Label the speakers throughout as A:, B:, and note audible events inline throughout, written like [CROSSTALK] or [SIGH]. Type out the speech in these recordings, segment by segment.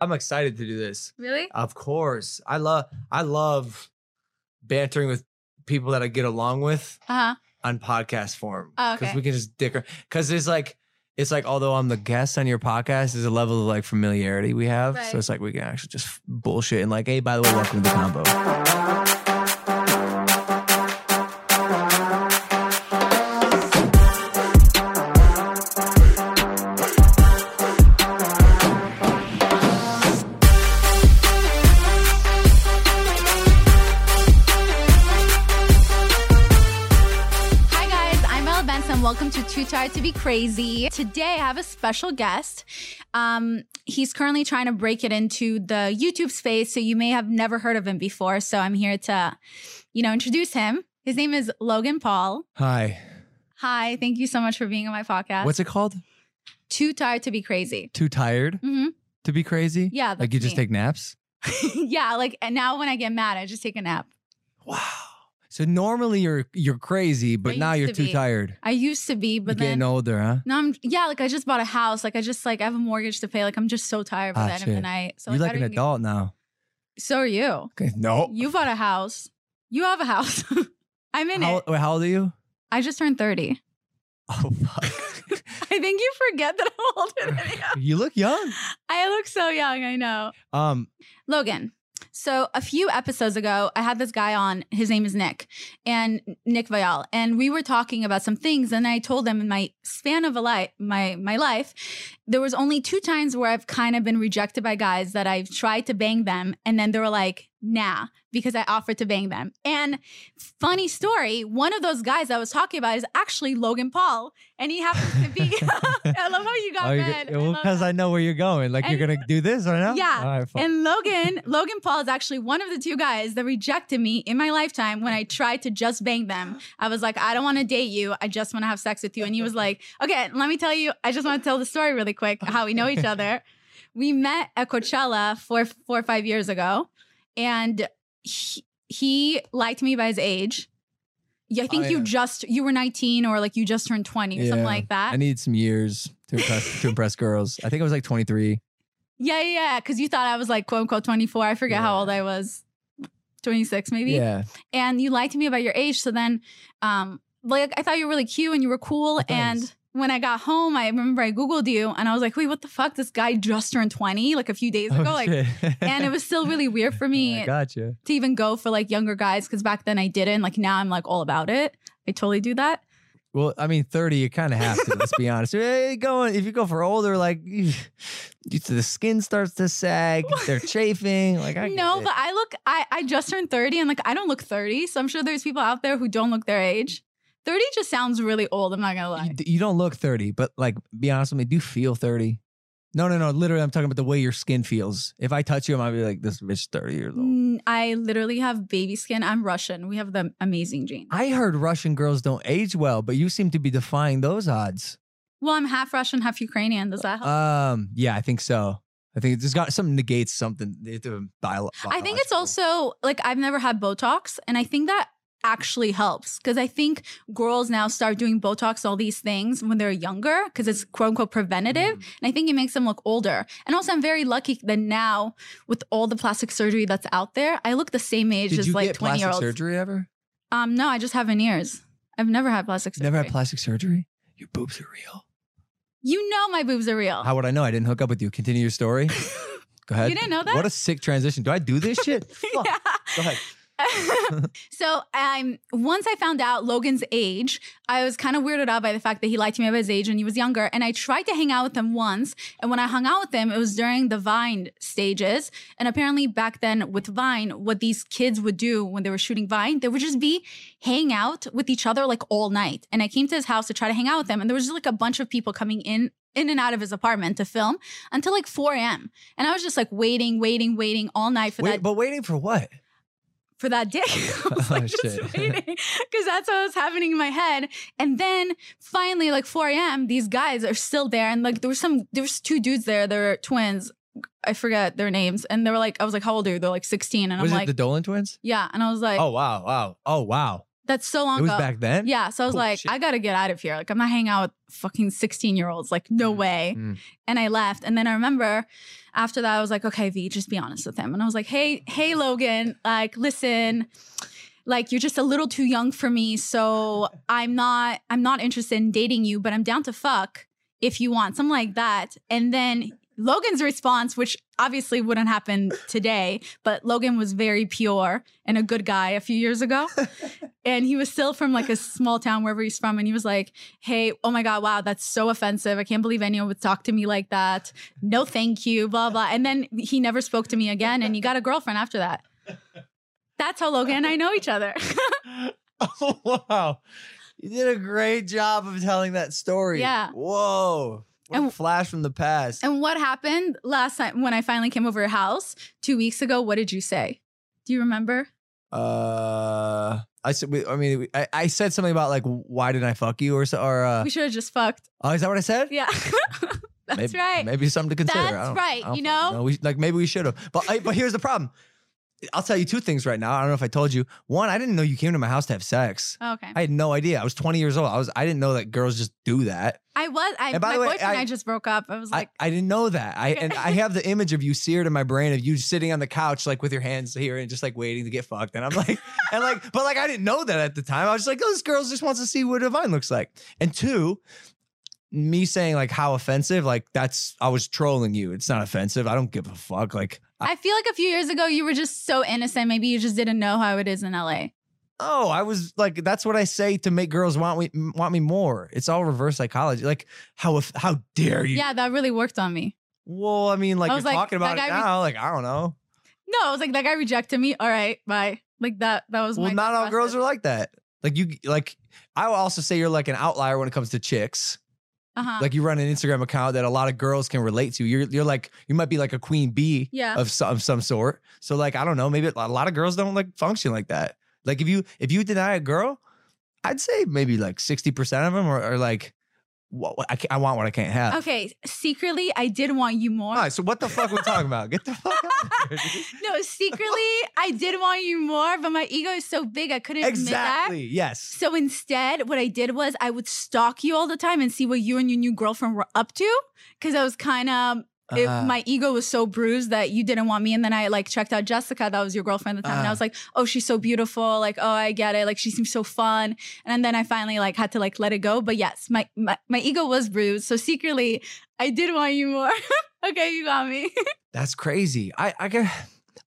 A: I'm excited to do this.
B: Really?
A: Of course. I love I love bantering with people that I get along with
B: Uh huh.
A: on podcast form.
B: Oh,
A: Because
B: okay.
A: we can just dick because there's like it's like although I'm the guest on your podcast, there's a level of like familiarity we have.
B: Right.
A: So it's like we can actually just bullshit and like, hey, by the way, welcome to the combo.
B: Hi guys, I'm Ella Benson. Welcome to Too Tired to Be Crazy. Today I have a special guest. Um, he's currently trying to break it into the YouTube space, so you may have never heard of him before. So I'm here to, you know, introduce him. His name is Logan Paul.
A: Hi.
B: Hi, thank you so much for being on my podcast.
A: What's it called?
B: Too tired to be crazy.
A: Too tired
B: hmm
A: to be crazy?
B: Yeah,
A: Like you
B: that's
A: just
B: me.
A: take naps?
B: [LAUGHS] yeah, like and now when I get mad, I just take a nap.
A: Wow. So normally you're you're crazy, but
B: I
A: now
B: used
A: you're
B: to
A: too
B: be.
A: tired.
B: I used to be, but
A: you're getting
B: then
A: older, huh?
B: no, I'm yeah, like I just bought a house. Like I just like I have a mortgage to pay. Like I'm just so tired by
A: Ah,
B: the end of the
A: shit.
B: night. So
A: you're
B: like, I
A: like an
B: don't even-
A: adult Oh. now.
B: So are you.
A: Okay. No.
B: You bought a house. You have a house. [LAUGHS] I'm in
A: how,
B: it.
A: wait, how old are
B: [LAUGHS]
A: you?
B: I just turned
A: [LAUGHS]
B: 30.
A: Oh fuck.
B: I think you forget that I'm older than you.
A: [LAUGHS] you look young.
B: I look so young, I know. [LAUGHS]
A: Um,
B: Logan. So a few episodes ago, I had this guy on. His name is Nick, and Nick Vial, and we were talking about some things. And I told him in my span of a life, my my life, there was only two times where I've kind of been rejected by guys that I've tried to bang them, and then they were like, "Nah," because I offered to bang them. And funny story, one of those guys I was talking about is actually Logan Paul, and he happens to
A: [LAUGHS]
B: [LAUGHS] be. I love how you got
A: oh, you're
B: mad.
A: go-
B: I
A: well,
B: love
A: because
B: that.
A: I know where you're going. Like you're gonna do this right now.
B: Yeah,
A: All right, fuck.
B: And Logan, Logan Paul is actually one of the two guys that rejected me in my lifetime when I tried to just bang them. I was like, I don't want to date you. I just want to have sex with you. And he was like, Okay, let me tell you. I just want to tell the story really quick how we know each other. We met at Coachella four, four or five years ago, and he, he liked me by his age. Yeah, I think
A: Oh,
B: you
A: yeah.
B: just you were 19 or like you just turned 20 or something
A: Yeah.
B: like that.
A: I need some years to impress to impress girls. I think I was like 23.
B: Yeah, yeah, yeah. Because you thought I was like quote unquote 24. I forget how
A: Yeah.
B: old I was, 26 maybe.
A: Yeah.
B: And you lied to me about your age. So then, um, like I thought you were really cute and you were cool.
A: Oh, thanks.
B: And when I got home, I remember I googled you and I was like, wait, what the fuck? This guy just turned 20 like a few days ago. like, and it
A: [LAUGHS]
B: was still really weird for me
A: Oh, I gotcha.
B: to even go for like younger guys because back then I didn't. Like now I'm like all about it. I totally do that.
A: Well, I mean, 30, you kind of have to. let's be honest. Hey, going if you go for older, like you, [SIGHS] you- the skin starts to
B: [LAUGHS]
A: sag. They're chafing. Like I get
B: no,
A: it.
B: but I look, I, I just turned 30 and like I don't look 30. So I'm sure there's people out there who don't look their age. 30 just sounds really old. I'm not going to
A: You,
B: lie.
A: d- you don't look 30, but like, be honest with me, do you feel 30? No, no, no. Literally, I'm talking about the way your skin feels. If I touch you, I might be like, this bitch is 30 years old.
B: Mm, I literally have baby skin. I'm Russian. We have the amazing gene.
A: I heard Russian girls don't age well, but you seem to be defying those odds.
B: Well, I'm half Russian, half Ukrainian. Does that help?
A: Um, yeah, I think so. I think it's got something negates something. It's a bio-
B: I think it's
A: biological.
B: also like I've never had Botox, and I think that actually helps because I think girls now start doing Botox, all these things when they're younger because it's quote unquote preventative.
A: Mm. Mm-hmm.
B: And I think it makes them look older. And also, I'm very lucky that now with all the plastic surgery that's out there, I look the same age
A: Did
B: as
A: you
B: like
A: get
B: 20
A: plastic
B: year olds.
A: surgery
B: [LAUGHS]
A: ever?
B: Um, no, I just have veneers. I've never had plastic surgery.
A: Never had plastic surgery? Your boobs are real.
B: you know my boobs are real. [LAUGHS]
A: How would I know? I didn't hook up with you. Continue your story. Go ahead.
B: didn't know that?
A: What a sick transition. Do I do this
B: [LAUGHS]
A: shit? Fuck. Go ahead.
B: so um, once I found out Logan's age, I was kind of weirded out by the fact that he lied to me about his age and he was younger. And I tried to hang out with him once. And when I hung out with him, it was during the Vine stages. And apparently back then with Vine, what these kids would do when they were shooting Vine, they would just be hang out with each other like all night. And I came to his house to try to hang out with him. And there was just like a bunch of people coming in in and out of his apartment to film until like 4 a.m. And I was just like waiting, waiting, waiting all night for
A: Wait,
B: that
A: but waiting for what?
B: for that dick.
A: [LAUGHS]
B: [LAUGHS] I was
A: Oh,
B: like, just
A: shit.
B: waiting because that's what was happening in my head. And then finally, like 4 a.m., these guys are still there. And like, there was some, there was two dudes there. They were twins. I forget their names. And they were like, I was like, how old are you? They're like 16. And
A: was
B: I'm
A: it
B: like,
A: the Dolan twins?
B: yeah. And I was like,
A: Oh wow, wow. Oh wow.
B: That's so long
A: it was
B: ago.
A: back then.
B: Yeah. So I was
A: Oh,
B: like,
A: shit.
B: I gotta get out of here. Like, I'm not hanging out with fucking 16 year olds. Like, no
A: Mm,
B: way.
A: mm.
B: And I left. And then I remember after that, I was like, okay, V, just be honest with him. And I was like, hey, hey, Logan, like, listen. Like you're just a little too young for me, so I'm not I'm not interested in dating you, but I'm down to fuck if you want something like that. And then Logan's response, which obviously wouldn't happen today, but Logan was very pure and a good guy a few years ago. and he was still from like a small town, wherever he's from. And he was like, Hey, oh my God, wow, that's so offensive. I can't believe anyone would talk to me like that. No, thank you, blah, blah. And then he never spoke to me again. And he got a girlfriend after that. That's how Logan and I know each other. [LAUGHS]
A: [LAUGHS] Oh wow. You did a great job of telling that story.
B: Yeah.
A: Whoa. What a
B: And-
A: flash from the past.
B: and what happened last time when I finally came over your house two weeks ago? What did you say? Do you remember?
A: uh, I said. we- I mean, we- I, I said something about like, why didn't I fuck you or so? Or uh,
B: we should have just fucked.
A: oh, is that what I said?
B: Yeah. [LAUGHS] That's
A: maybe,
B: right.
A: Maybe something to consider. I
B: That's
A: don't-
B: right,
A: I don't
B: you
A: fucking
B: know?
A: We, like maybe we should have. But I, but here's the problem. I'll tell you two things right now. I don't know if I told you. One, I didn't know you came to my house to have sex.
B: Okay.
A: I had no idea. I was 20 years old. I was. I didn't know that girls just do that.
B: I was. I,
A: And by
B: my
A: the way,
B: boyfriend and
A: I-
B: I, just broke up. I was
A: I,
B: like,
A: I didn't know that. I and I have the image of you seared in my brain of you sitting on the couch like with your hands here and just like waiting to get fucked. And I'm like, and like, but like I didn't know that at the time. I was just like, oh, this girl just wants to see what divine looks like. And two, me saying like how offensive, like that's I was trolling you. It's not offensive. I don't give a fuck. Like, I,
B: I feel like a few years ago you were just so innocent. Maybe you just didn't know how it is in LA.
A: oh, I was like, that's what I say to make girls want me want me more. It's all reverse psychology. Like, how if how dare you?
B: Yeah, that really worked on me.
A: Well, I mean, like
B: I
A: you're
B: was like,
A: talking about
B: that
A: it
B: guy re-
A: now. like, I don't know.
B: No, I was like, that guy rejected me. All right, bye. Like that. That was
A: Well,
B: my
A: not all
B: thought
A: girls
B: process.
A: are like that. Like you, like I will also say you're like an outlier when it comes to chicks.
B: Uh-huh.
A: Like you run an Instagram account that a lot of girls can relate to. You're you're like you might be like a queen bee
B: yeah.
A: of some of some sort. So like I don't know, maybe a lot of girls don't like function like that. Like if you if you deny a girl, I'd say maybe like sixty percent of them are, are like, what I can't, I want what I can't have.
B: Okay. Secretly, I did want you more.
A: All right, so what the fuck we talking about? Get
B: [LAUGHS]
A: the fuck out of here.
B: no, secretly,
A: [LAUGHS]
B: I did want you more, but my ego is so big I couldn't
A: dude.
B: admit that.
A: Exactly. Yes.
B: So instead, what I did was I would stalk you all the time and see what you and your new girlfriend were up to because I was kind of it,
A: Uh,
B: my ego was so bruised that you didn't want me. And then I like checked out Jessica, that was your girlfriend at the time. and
A: Ah.
B: I was like, oh, she's so beautiful. Like, oh, I get it. Like, she seems so fun. And then I finally like had to like let it go. But yes, my my, my ego was bruised. So secretly, I did want you more. [LAUGHS] okay, you got me. [LAUGHS]
A: That's crazy. I I can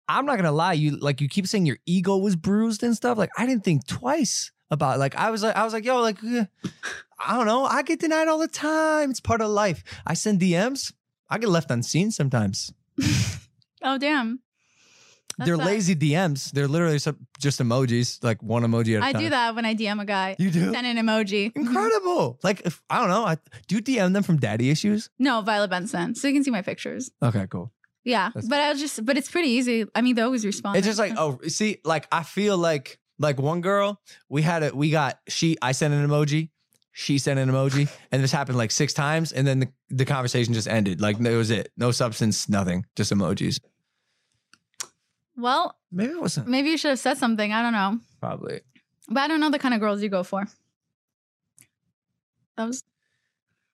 A: I'm not gonna lie, you like you keep saying your ego was bruised and stuff. Like I didn't think twice about like I was like I was like, yo, like eh, I don't know, I get denied all the time. It's part of life. I send DMs, I get left unseen sometimes.
B: oh damn. That
A: they're
B: sucks.
A: lazy DMs. They're literally some- just emojis, like one emoji at a
B: I
A: time.
B: do that when I DM a guy.
A: You do?
B: Send mm-hmm. an emoji.
A: Incredible. Like if I don't know, I do you DM them from daddy issues?
B: No, Violet Benson. So you can see my pictures.
A: Okay, cool.
B: Yeah.
A: That's-
B: but I was just but it's pretty easy. I mean they always respond.
A: It's just like, oh, see, like I feel like like one girl, we had a we got she I sent an emoji, she sent an
B: [LAUGHS]
A: emoji, and this happened like six times, and then the, the conversation just ended. Like that was it. No substance, nothing, just emojis.
B: Well,
A: Maybe it wasn't
B: maybe you should have said something. I don't know.
A: probably.
B: But I don't know the kind of girls you go for. That was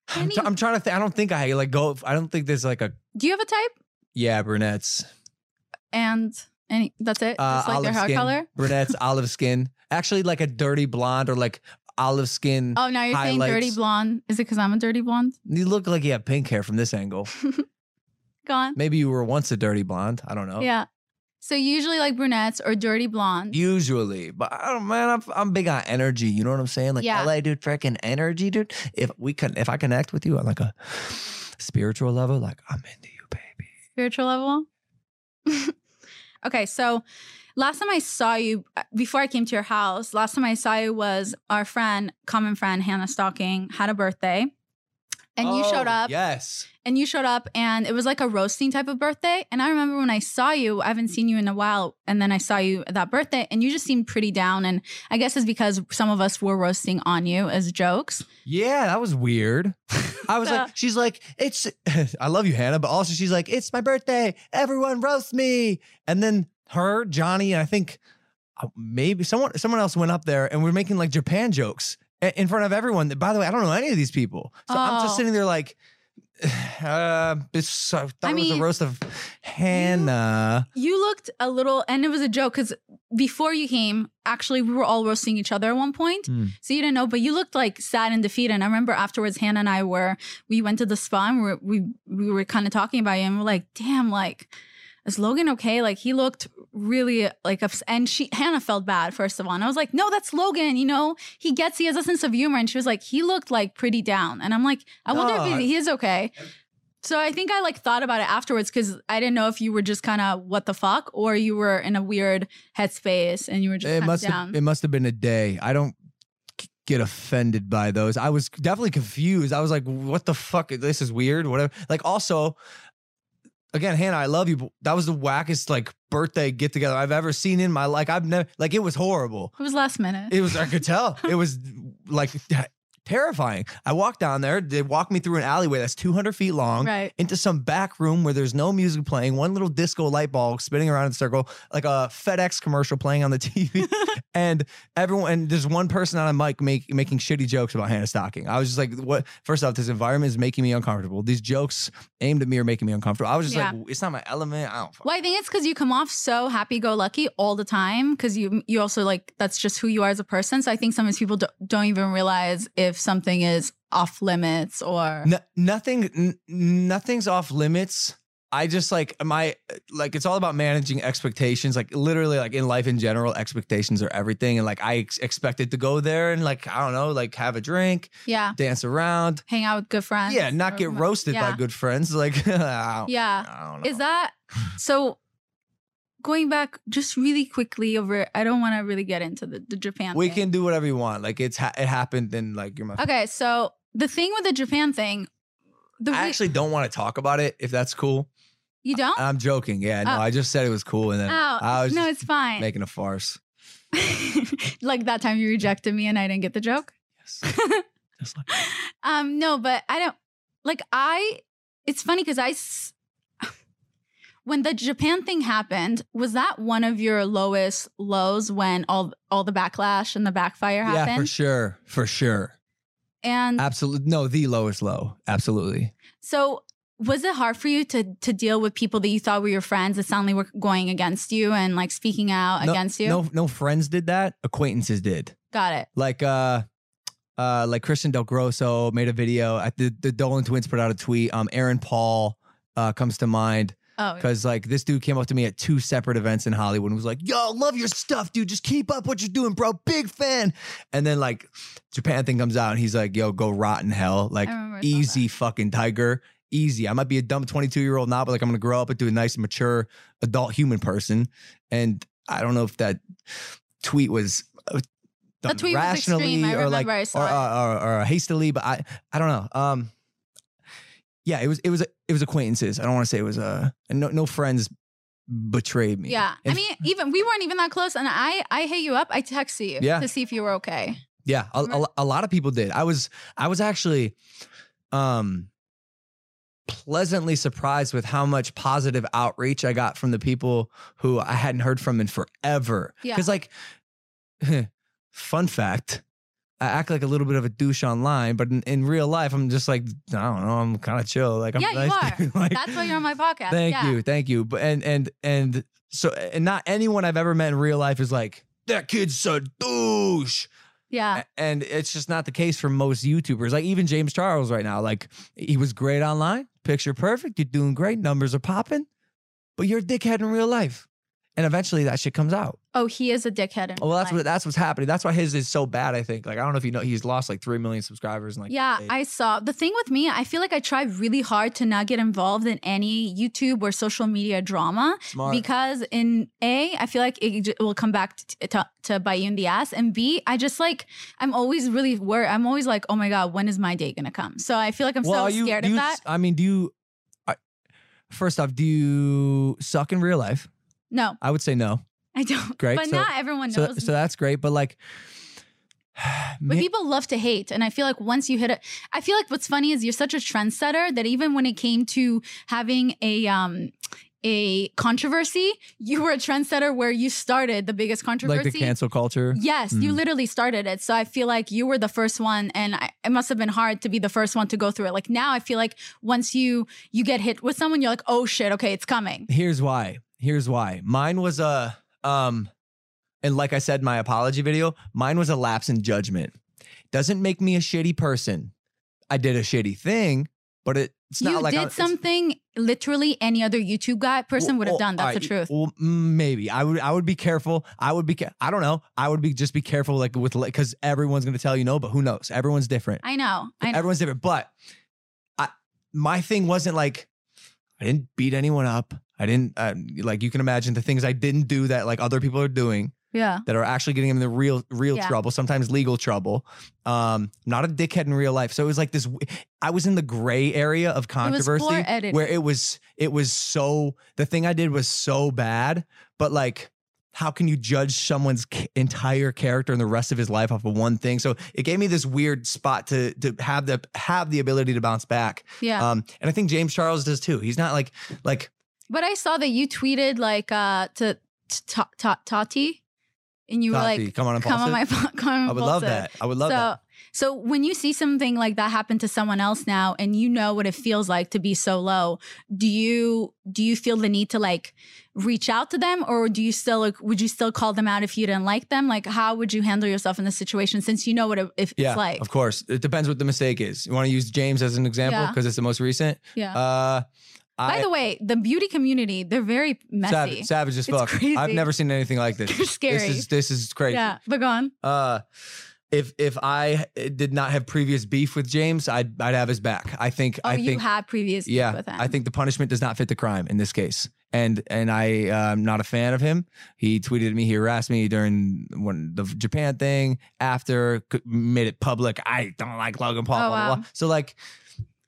A: I'm, try- I'm trying to think. I don't think I like go. I don't think there's like a
B: do you have a type?
A: yeah brunettes.
B: And any that's it?
A: Uh,
B: Just like their
A: olive
B: hair
A: skin,
B: color? [LAUGHS]
A: brunettes, olive skin. Actually, like a dirty blonde or like olive skin.
B: Oh now you're saying dirty
A: highlights.
B: blonde. Is it because I'm a dirty blonde?
A: You look like you have pink hair from this angle.
B: Gone.
A: Maybe you were once a dirty blonde. I don't know.
B: Yeah. So you usually like brunettes or dirty
A: [LAUGHS]
B: blonde.
A: Usually, but I don't, man, I'm, I'm big on energy. You know what I'm saying? Like
B: Yeah.
A: LA, dude, freaking energy, dude. If we can, if I connect with you on like a spiritual level, like I'm into you, baby.
B: spiritual level? [LAUGHS] okay, so last time I saw you, uh, before I came to your house, last time I saw you was our friend, common friend Hannah Stocking had a birthday, and you showed
A: Oh,
B: up,
A: Yes.
B: and you showed up, and it was like a roasting type of birthday. And I remember when I saw you, I haven't seen you in a while, and then I saw you at that birthday, and you just seemed pretty down. And I guess it's because some of us were roasting on you as jokes.
A: Yeah, that was weird. I was
B: [LAUGHS]
A: like, she's like, it's, [LAUGHS] I love you, Hannah, but also she's like, it's my birthday. Everyone roast me. And then her, Johnny, and I think uh, maybe someone someone else went up there and we're making like Japan jokes i- in front of everyone. That by the way, I don't know any of these people, so I'm
B: Oh.
A: just sitting there like, [SIGHS] uh, it's, I thought
B: I
A: it was
B: mean,
A: a roast of Hannah.
B: You looked a little, and it was a joke because before you came, actually, we were all roasting each other at one point.
A: Hmm.
B: So you didn't know, but you looked like sad and defeated. And I remember afterwards, Hannah and I were, we went to the spa and we're, we, we were kind of talking about you, and we're like, damn, like, is Logan okay? Like, he looked really like ups- and she hannah felt bad first of all and i was like no that's logan you know he gets he has a sense of humor and she was like he looked like pretty down and i'm like i wonder if
A: No,
B: he, he is okay so I think I like thought about it afterwards because I didn't know if you were just kind of what the fuck or you were in a weird headspace and you were just
A: It
B: kind of
A: must
B: down.
A: have, it must have been a day. I don't k- get offended by those. I was definitely confused. I was like, "What the fuck? This is weird." Whatever. Like also, again, Hannah, I love you. But that was the wackest like birthday get together I've ever seen in my life. I've never like it was horrible.
B: it was last minute.
A: It was I could tell it was like [LAUGHS] terrifying. I walked down there. They walked me through an alleyway that's 200 feet long
B: right.
A: into some back room where there's no music playing, one little disco light ball spinning around in a circle, like a FedEx commercial playing on the [LAUGHS] TV, and everyone and there's one person on a mic make, making shitty jokes about Hannah Stocking. I was just like, what? First off, this environment is making me uncomfortable. These jokes aimed at me are making me uncomfortable. I was just like, it's not my element. I don't. Fuck.
B: Well, I think it's because you come off so happy-go-lucky all the time because you you also like that's just who you are as a person. So I think sometimes people do, don't even realize if something is off limits or
A: No, nothing, n- nothing's off limits. I just like my like it's all about managing expectations. Like literally, like in life in general, expectations are everything. And like I ex- expected to go there and like I don't know, like have a drink,
B: yeah,
A: dance around,
B: hang out with good friends.
A: yeah,
B: or-
A: not get roasted
B: yeah.
A: by good friends. [LAUGHS] Like I don't,
B: Yeah.
A: I don't know.
B: Is that so? Going back just really quickly over, I don't want to really get into the, the Japan.
A: we
B: thing.
A: can do whatever you want. Like it's ha- it happened, and like you're my.
B: Okay, so the thing with the Japan thing, the re-
A: I actually don't want to talk about it if that's cool.
B: you don't.
A: I'm joking. Yeah, no,
B: Oh.
A: I just said it was cool, and then
B: oh
A: I was
B: no,
A: just
B: it's fine.
A: making a farce.
B: [LAUGHS] like that time you rejected me and I didn't get the joke. [LAUGHS]
A: Yes, just like
B: Um, no, but I don't like I. It's funny because I. s- [SIGHS] When the Japan thing happened, was that one of your lowest lows when all all the backlash and the backfire
A: yeah, for
B: happened?
A: sure, for sure.
B: And
A: Absolutely. No, the lowest low. Absolutely.
B: So was it hard for you to to deal with people that you thought were your friends that suddenly were going against you and like speaking out
A: No-
B: Uh, against you?
A: No, no friends did that. Acquaintances did.
B: Got it.
A: Like uh uh like Christian Del Grosso made a video. I, the, the Dolan twins put out a tweet. Um Aaron Paul uh comes to mind
B: Oh,
A: because like this dude came up to me at two separate events in Hollywood and was like, Yo, love your stuff, dude. Just keep up what you're doing, bro. Big fan. And then like Japan thing comes out and he's like, Yo, go rot in hell. Like
B: I remember I saw that.
A: easy fucking tiger. Easy. I might be a dumb 22 year old now, but like I'm gonna grow up into a nice, mature, adult human person. And I don't know if that tweet was uh, done
B: tweet was extreme.
A: rationally
B: I
A: or like
B: remember I saw
A: or, uh, or or hastily, but I I don't know. Um, yeah, it was it was it was acquaintances. I don't want to say it was uh no no friends betrayed me.
B: Yeah. I
A: And-
B: mean, even we weren't even that close and I I hit you up. I texted you
A: Yeah.
B: to see if you were okay.
A: Yeah, a, a,
B: Remember-
A: a lot of people did. I was I was actually um pleasantly surprised with how much positive outreach I got from the people who I hadn't heard from in forever.
B: Yeah.
A: Cuz like [LAUGHS] fun fact, I act like a little bit of a douche online, but in, in real life I'm just like I don't know, I'm kind of chill. Like I'm
B: Yeah, you
A: nice dude. [LAUGHS] Like-
B: That's why you're on my podcast.
A: Thank
B: yeah.
A: you, thank you. But and and and so and not anyone I've ever met in real life is like that kid's a douche.
B: Yeah.
A: A- and it's just not the case for most YouTubers. Like even James Charles right now, like he was great online, picture perfect, you're doing great, numbers are popping, but you're a dickhead in real life. And eventually that shit comes out.
B: Oh, he is a dickhead. in
A: Well,
B: real
A: that's
B: life.
A: what that's what's happening. That's why his is so bad. I think. Like I don't know if you know, he's lost like three million subscribers. And like
B: yeah,
A: eight.
B: I saw. The thing with me, I feel like I try really hard to not get involved in any YouTube or social media drama.
A: smart.
B: because in a i feel like it j- will come back to, to, to bite you in the ass and b i just like i'm always really worried i'm always like oh my god when is my day gonna come so i feel like i'm
A: well, are
B: so
A: you,
B: scared
A: do
B: of
A: you-
B: that
A: I mean, do you? I, first off, do you suck in real life?
B: no
A: I would say no.
B: i don't
A: Great,
B: but
A: so-
B: not everyone
A: So
B: knows
A: so that's great, but like. [SIGHS]
B: But
A: ma-
B: people love to hate. And I feel like once you hit it, I feel like what's funny is you're such a trendsetter that even when it came to having a um a controversy. You were a trendsetter where you started the biggest controversy.
A: Like the cancel culture.
B: Yes, you
A: Mm.
B: literally started it. So I feel like you were the first one, and I, it must have been hard to be the first one to go through it. Like now, I feel like once you you get hit with someone, you're like, oh shit, okay, it's coming.
A: Here's why. Here's why. Mine was a um and like I said in my apology video, mine was a lapse in judgment. Doesn't make me a shitty person. I did a shitty thing, but it, it's not
B: you
A: like
B: did
A: I'm- it's-
B: something literally any other YouTube guy person
A: Well,
B: would have
A: well,
B: done. That's
A: alright,
B: the truth.
A: Well, mm, maybe I would. I would be careful. I would be. ca- I don't know. I would be just be careful, like with because everyone's gonna tell you no, but who knows? Everyone's different.
B: I know. I know.
A: Everyone's different. But I, my thing wasn't like I didn't beat anyone up. I didn't uh, like you can imagine the things I didn't do that like other people are doing
B: yeah.
A: that are actually getting them the real real
B: Yeah.
A: trouble, sometimes legal trouble. Um, not a dickhead in real life. So it was like this. w- I was in the gray area of controversy
B: poor editing.
A: where it was it was so the thing I did was so bad, but like. How can you judge someone's ca- entire character and the rest of his life off of one thing? So it gave me this weird spot to to have the have the ability to bounce back.
B: Yeah.
A: Um, and I think James Charles does too. He's not like like
B: but I saw that you tweeted like uh to, to, to, to Tati, and you were
A: Tati,
B: like,
A: come on,
B: come on
A: Impulsive.
B: my [LAUGHS] po- come on
A: I would love
B: Impulsive.
A: that. I would love
B: so,
A: that.
B: So when you see something like that happen to someone else now, and you know what it feels like to be so low, do you do you feel the need to like reach out to them, or do you still like would you still call them out if you didn't like them? Like how would you handle yourself in this situation since you know what it, if
A: Yeah,
B: it's like?
A: of course. It depends what the mistake is. You want to use James as an example
B: Yeah.
A: because it's the most recent.
B: Yeah.
A: Uh,
B: By
A: I,
B: the way, the beauty community they're very messy.
A: savage, savage as
B: It's
A: fuck. I've
B: crazy.
A: never seen anything like this.
B: [LAUGHS] They're scary.
A: This is this is crazy.
B: yeah, but go on.
A: Uh, if if I eh, did not have previous beef with James, I'd I'd have his back. I think
B: Oh,
A: I
B: you
A: think
B: had previous beef
A: yeah.
B: with him.
A: I think the punishment does not fit the crime in this case. And and I uh, am not a fan of him. He tweeted at me. He harassed me during when the Japan thing. After c- made it public. I don't like Logan Paul. blah,
B: Oh,
A: blah,
B: wow.
A: blah. So like.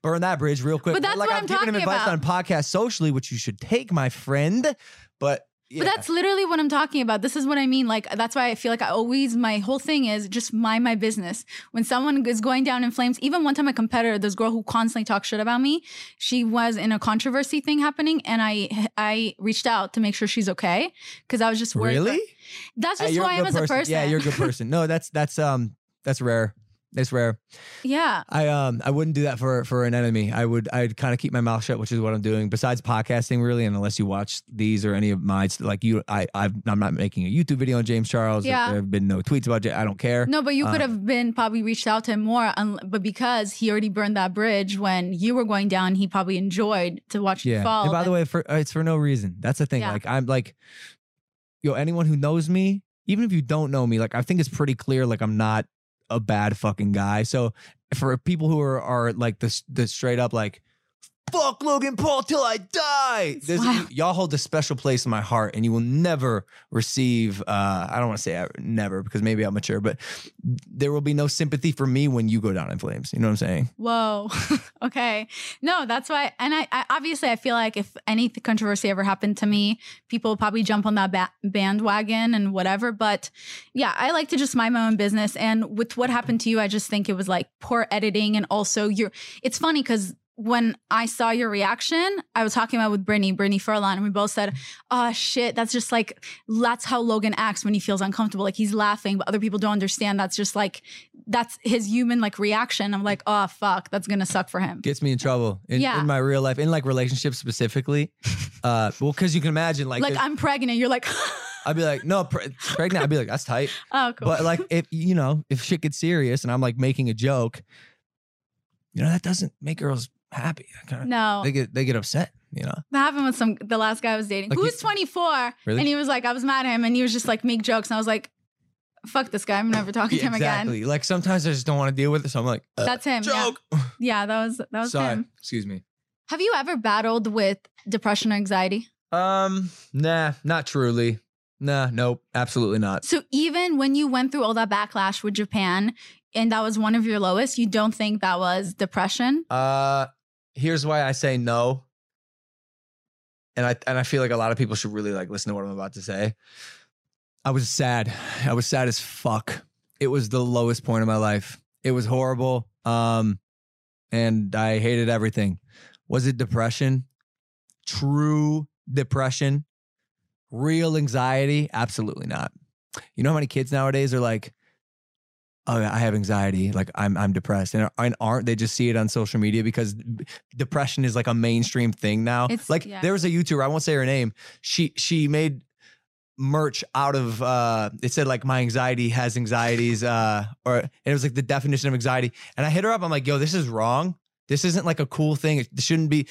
A: Burn that bridge real quick.
B: But that's
A: like
B: what
A: I've
B: I'm
A: given him
B: talking
A: advice on
B: about.
A: podcast socially, which you should take, my friend. But yeah,
B: But that's literally what I'm talking about. This is what I mean. Like that's why I feel like I always my whole thing is just mind my business. When someone is going down in flames, even one time a competitor, this girl who constantly talked shit about me, she was in a controversy thing happening, and I I reached out to make sure she's okay because I was just worried.
A: really.
B: That's
A: Hey,
B: just
A: Uh,
B: who
A: you're
B: I am
A: good
B: as a person.
A: Yeah, you're a good person. No, that's that's um that's rare. That's rare.
B: [LAUGHS] yeah.
A: I um I wouldn't do that for for an enemy. I would I'd kind of keep my mouth shut, which is what I'm doing. Besides podcasting, really, and unless you watch these or any of my like you, I I've, I'm not making a YouTube video on James Charles.
B: Yeah.
A: There have been no tweets about it. I don't care.
B: No, but you could
A: Uh,
B: have been probably reached out to him more, un- but because he already burned that bridge when you were going down, he probably enjoyed to watch
A: Yeah.
B: you fall.
A: And by the
B: and-
A: way, for uh, it's for no reason. That's the thing.
B: Yeah.
A: Like I'm like, yo, anyone who knows me, even if you don't know me, like I think it's pretty clear. Like I'm not a bad fucking guy. So for people who are are like this, the straight up like. Fuck Logan Paul till I die. There's,
B: Wow.
A: Y'all hold a special place in my heart, and you will never receive. Uh, I don't want to say uh, never because maybe I'm mature, but there will be no sympathy for me when you go down in flames. You know what I'm saying?
B: Whoa. [LAUGHS] okay. No, that's why. And I, I obviously I feel like if any th- controversy ever happened to me, people would probably jump on that ba- bandwagon and whatever. But yeah, I like to just mind my own business. And with what happened to you, I just think it was like poor editing, and also you're. It's funny because. When I saw your reaction, I was talking about with Brittany, Brittany Furlan, and we both said, "Oh shit, that's just like that's how Logan acts when he feels uncomfortable. Like he's laughing, but other people don't understand. That's just like that's his human like reaction. I'm like, oh fuck, that's gonna suck for him.
A: gets me in trouble in,
B: Yeah.
A: in my real life, in like relationships
B: [LAUGHS]
A: specifically. Uh, well, because you can imagine, like,
B: Like,
A: if-
B: I'm pregnant. You're like, [LAUGHS]
A: I'd be like, no, pre- pregnant. I'd be like, that's tight.
B: oh cool.
A: But like, if you know, if shit gets serious and I'm like making a joke, you know, that doesn't make girls happy. That kinda-
B: no,
A: They get they get upset. You know,
B: that happened with some the last guy I was dating,
A: Like,
B: who
A: you-
B: was 24,
A: Really?
B: and he was like, I was mad at him, and he was just like make jokes, and I was like, fuck this guy. I'm never talking to him again.
A: exactly. Like sometimes I just don't want to deal with it, so I'm like, uh,
B: That's him. Yeah.
A: joke.
B: yeah, that was that was
A: Sorry,
B: him.
A: excuse me.
B: Have you ever battled with depression or anxiety?
A: Um, nah, not truly. Nah, nope, absolutely not.
B: So even when you went through all that backlash with Japan, and that was one of your lowest, you don't think that was depression?
A: Uh, here's why I say no. And I and I feel like a lot of people should really like listen to what I'm about to say. I was sad. I was sad as fuck. It was the lowest point of my life. It was horrible. Um, and I hated everything. Was it depression? True depression, real anxiety, absolutely not. You know how many kids nowadays are like, "Oh, I have anxiety. Like I'm I'm depressed," and, and aren't they just see it on social media because depression is like a mainstream thing now.
B: It's-
A: like
B: yeah.
A: there was a YouTuber I won't say her name. She she made merch out of uh it said like my anxiety has anxieties uh or and it was like the definition of anxiety and i hit her up i'm like yo this is wrong this isn't like a cool thing it shouldn't be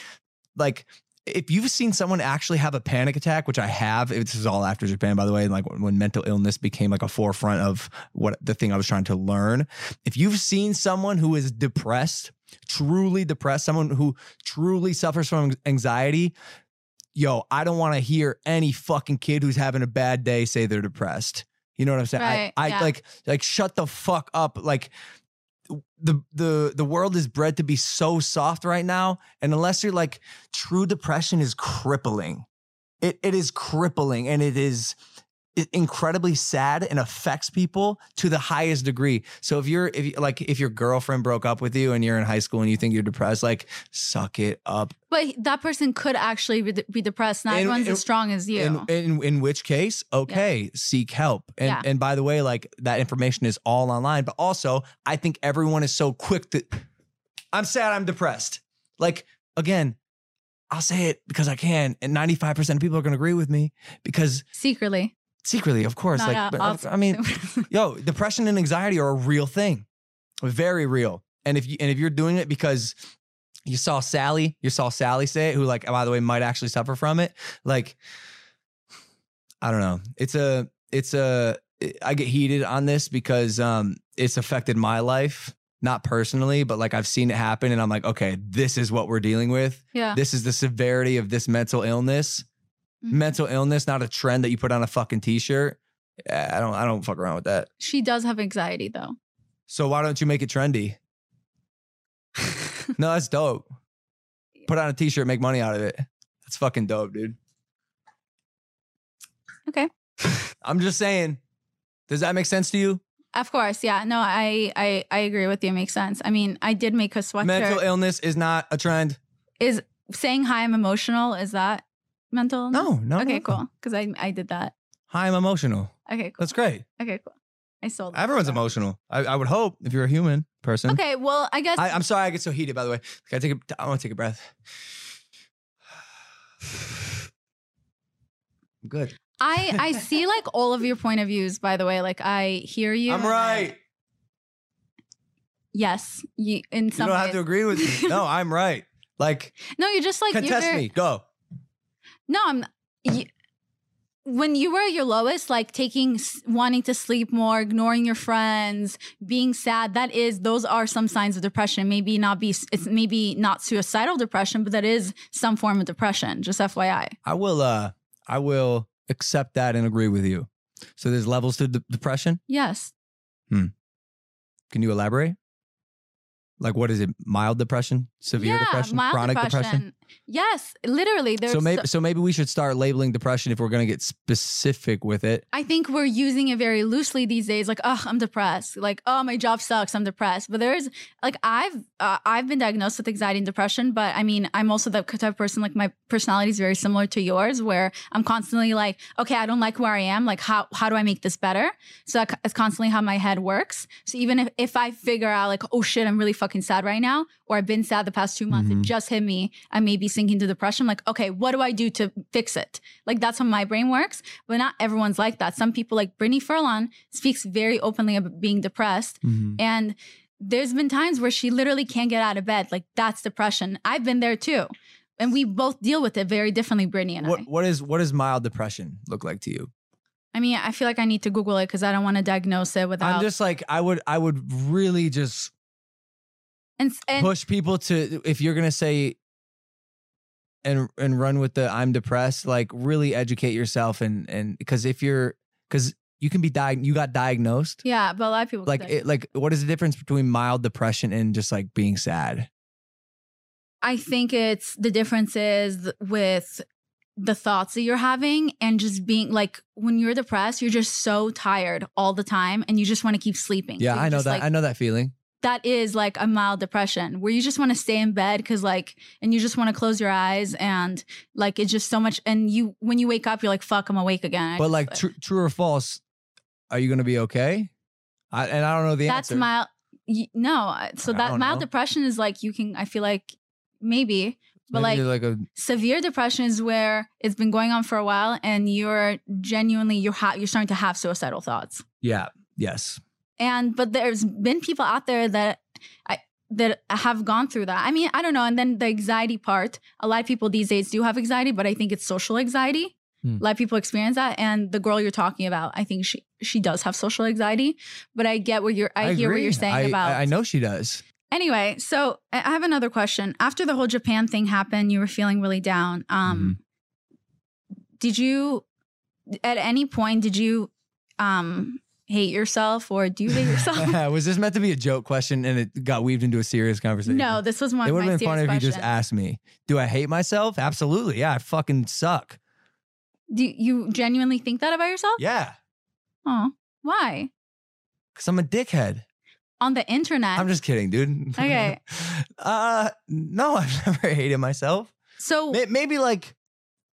A: like if you've seen someone actually have a panic attack which i have this is all after japan by the way and like when mental illness became like a forefront of what the thing i was trying to learn if you've seen someone who is depressed truly depressed someone who truly suffers from anxiety yo i don't want to hear any fucking kid who's having a bad day say they're depressed you know what i'm saying
B: Right,
A: i, I
B: yeah.
A: like like shut the fuck up like the the the world is bred to be so soft right now and unless you're like true depression is crippling it it is crippling and it is i- incredibly sad and affects people to the highest degree so if you're if you- like if your girlfriend broke up with you and you're in high school and you think you're depressed like suck it up
B: But that person could actually be, de- be depressed. Not
A: And-
B: everyone's
A: and-
B: as strong as you.
A: in, in in which case okay seek help and
B: Yeah.
A: and by the way like that information is all online but also i think everyone is so quick to i'm sad i'm depressed like again i'll say it because i can and 95% of people are going to agree with me because
B: Secretly.
A: secretly of course
B: Not
A: like
B: out-
A: but,
B: out-
A: i mean yo depression and anxiety are a real thing very real and if you and if you're doing it because you saw sally you saw sally say it who like by the way might actually suffer from it like i don't know it's a it's a i get heated on this because um it's affected my life not personally but like i've seen it happen and i'm like okay this is what we're dealing with
B: [LAUGHS] yeah.
A: this is the severity of this mental illness.
B: Mm-hmm.
A: Mental illness, not a trend that you put on a fucking t-shirt. Eh, I don't I don't fuck around with that.
B: She does have anxiety though.
A: So why don't you make it
B: [LAUGHS]
A: trendy? No, that's dope. Put on a t-shirt, make money out of it. That's fucking dope, dude.
B: Okay.
A: [LAUGHS] I'm just saying. Does that make sense to you?
B: of course. Yeah. No, I, I I agree with you. It makes sense. I mean, I did make a sweatshirt.
A: Mental illness is not a trend.
B: Saying hi, I'm emotional. Is that mental? illness?
A: No, no.
B: Mm-hmm. Okay,
A: no.
B: cool. Because I I did that.
A: Hi, I'm emotional.
B: Okay, cool.
A: That's great.
B: Okay, cool. I sold.
A: Everyone's
B: that.
A: emotional. I, I would hope if you're a human person.
B: Okay. Well, I guess
A: I, I'm [LAUGHS] sorry I get so heated, by the way. Can I take a, I want to take a breath. [SIGHS] I'm good.
B: I I see like all of your point of views. By the way, like I hear you.
A: I'm
B: and I-
A: right.
B: yes, you in
A: You
B: some.
A: don't have to
B: ways-
A: agree with me. No, I'm right. Like,
B: No, you're just [LAUGHS] like you're
A: contest
B: very-
A: me. Go.
B: No, I'm. You, when you were at your lowest, like taking, s- wanting to sleep more, ignoring your friends, being sad, that is, those are some signs of depression. Maybe not be, it's maybe not suicidal depression, but that is some form of depression. Just FYI.
A: I will. Uh, I will accept that and agree with you. So there's levels to de- depression.
B: Yes.
A: Can you elaborate? Like, what is it? Mild depression, severe
B: yeah,
A: depression,
B: mild
A: chronic depression.
B: Yes, literally. There's.
A: So maybe, so maybe we should start labeling depression if we're going to get specific with it.
B: I think we're using it very loosely these days. Like, oh, I'm depressed. Like, oh, my job sucks. I'm depressed. But there's like I've uh, I've been diagnosed with anxiety and depression. But I mean, I'm also the type of person like my personality is very similar to yours, where I'm constantly like, okay, I don't like where I am. Like, how how do I make this better? So that is constantly how my head works. So even if if I figure out like, oh shit, I'm really fucking sad right now, or I've been sad the past two months,
A: Mhm.
B: it just hit me. I may be sinking to depression. Like, okay, what do I do to fix it? Like that's how my brain works but not everyone's like that. Some people, like Brittany Furlan, speaks very openly about being depressed. And there's been times where she literally can't get out of bed. Like, that's depression. I've been there too. And we both deal with it very differently, Brittany and
A: What
B: I.
A: what is what does mild depression look like to you?
B: I mean, I feel like I need to Google it because I don't want to diagnose it without.
A: I'm just like I would I would really just
B: and, and
A: push people to if you're gonna say and and run with the I'm depressed, like really educate yourself and and because if you're because you can be diag you got diagnosed.
B: yeah, but a lot of people
A: Like
B: it,
A: it, like what is the difference between mild depression and just like being sad?
B: I think it's the differences with the thoughts that you're having and just being like when you're depressed, you're just so tired all the time and you just want to keep sleeping.
A: Yeah,
B: So
A: I
B: you're
A: know
B: just
A: that
B: like-
A: I know that feeling.
B: that is like a mild depression where you just want to stay in bed because like and you just want to close your eyes and like it's just so much and you when you wake up you're like fuck i'm awake again I
A: But
B: just,
A: like, tru- true or false, are you going to be okay? I, and I don't know the
B: that's
A: answer.
B: mild y- no I- so
A: I
B: that
A: don't
B: mild
A: know.
B: depression is like you can i feel like maybe but
A: Maybe
B: like
A: you're like a
B: severe depression is where it's been going on for a while and you're genuinely you're ha- you're starting to have suicidal thoughts
A: yeah, yes.
B: and but there's been people out there that i that have gone through that i mean i don't know and then the anxiety part a lot of people these days do have anxiety but i think it's social anxiety
A: Hmm.
B: a lot of people experience that and the girl you're talking about i think she she does have social anxiety but i get what you're i, hear what
A: agree.
B: you're saying
A: I-
B: about
A: I, I know she does.
B: Anyway, so I I have another question. After the whole Japan thing happened, you were feeling really down. Um,
A: Mm-hmm.
B: Did you, at any point, did you um, hate yourself or do you
A: [LAUGHS]
B: hate yourself?
A: was this meant to be a joke question and it got weaved into a serious conversation?
B: no, this was one
A: It
B: of
A: would
B: my
A: have been
B: serious
A: funny if you
B: questions.
A: just asked me, "Do I hate myself?" Absolutely. Yeah, I fucking suck.
B: do you genuinely think that about yourself?
A: Yeah,
B: Oh, why?
A: because I'm a dickhead.
B: On the internet.
A: I'm just kidding, dude.
B: Okay.
A: [LAUGHS] uh, no, [LAUGHS] I've never hated myself.
B: so,
A: May- Maybe like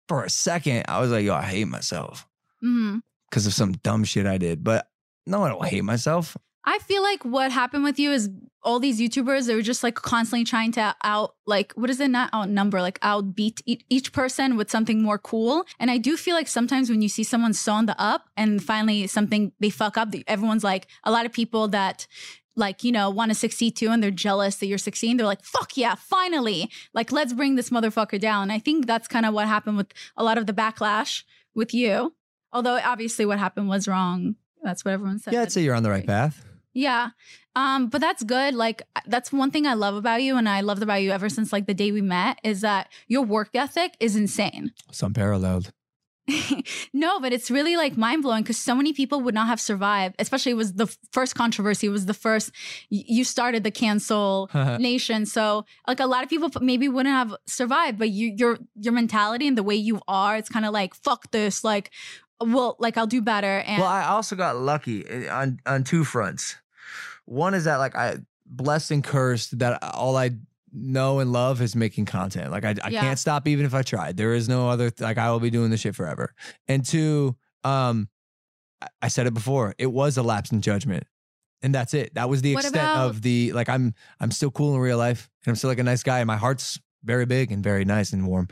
A: for a second, I was like, "Yo, I hate myself"
B: mhm.
A: because of some dumb shit I did. But no, I don't hate myself.
B: I feel like what happened with you is all these YouTubers they were just like constantly trying to out like what is it not outnumber like outbeat e- each person with something more cool. And I do feel like sometimes when you see someone so on the up and finally something they fuck up, everyone's like a lot of people that like you know want to succeed too and they're jealous that you're succeeding. They're like fuck yeah, finally like let's bring this motherfucker down. I think that's kind of what happened with a lot of the backlash with you. Although obviously what happened was wrong. That's what everyone said.
A: Yeah, I'd say you're on the right path.
B: Yeah. Um, but that's good. Like uh, that's one thing I love about you and I loved about you ever since like the day we met is that your work ethic is insane. [LAUGHS]
A: Some paralleled. [LAUGHS]
B: no, but it's really like mind blowing because so many people would not have survived, especially it was the f- first controversy, it was the first y- you started the cancel
A: Uh,
B: nation. So like a lot of people p- maybe wouldn't have survived, but you your your mentality and the way you are, it's kind of like, fuck this, like well, like I'll do better. And
A: Well, I also got lucky i- on on two fronts. One is that like I blessed and cursed that all I know and love is making content. Like I, I
B: Yeah.
A: can't stop even if I tried. There is no other like I will be doing this shit forever. And two, um, I- I said it before. It was a lapse in judgment. And that's it. That was the
B: What
A: extent
B: about-
A: of the like I'm I'm still cool in real life and I'm still like a nice guy and my heart's very big and very nice and warm.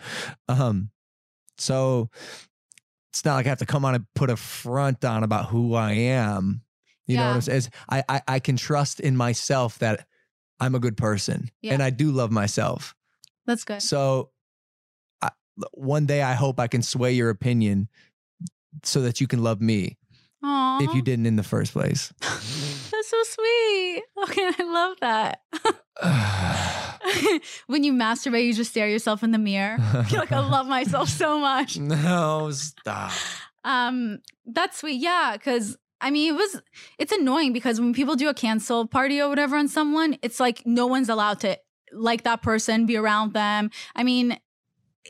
A: Um so it's not like I have to come on and put a front on about who I am. You know what
B: Yeah.
A: I'm saying? It's- I, I I can trust in myself that I'm a good person
B: Yeah.
A: and I do love myself.
B: that's good.
A: So I, one day I hope I can sway your opinion so that you can love me
B: Aww.
A: if you didn't in the first place. [SIGHS]
B: That's so sweet. [LAUGHS] Okay, I love that. [LAUGHS] when you masturbate, you just stare yourself in the mirror. [LAUGHS]
A: [LAUGHS]
B: You're like, I love myself so much.
A: No, stop.
B: Um, that's sweet. Yeah, because I mean, it was it's annoying because when people do a cancel party or whatever on someone, it's like no one's allowed to like that person, be around them. I mean,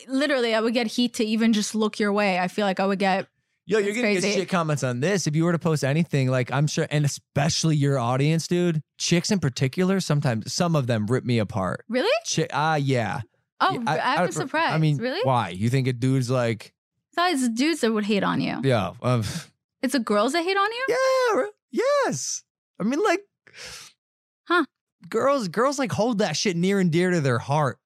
B: literally, I would get heat to even just look your way. I feel like I would get
A: Yo, you're
B: That's
A: gonna get
B: crazy.
A: shit comments on this. If you were to post anything, like I'm sure, and especially your audience, dude, chicks in particular, sometimes some of them rip me apart.
B: really.
A: Chick, ah, yeah.
B: Oh,
A: Yeah,
B: I, am surprised.
A: I mean,
B: really?
A: why? You think a dude's like,
B: I thought it's dudes that would hate on you.
A: yeah, um, [LAUGHS]
B: It's the girls that hate on you.
A: yeah, r- yes. I mean, like,
B: Huh.
A: Girls, girls like hold that shit near and dear to their heart,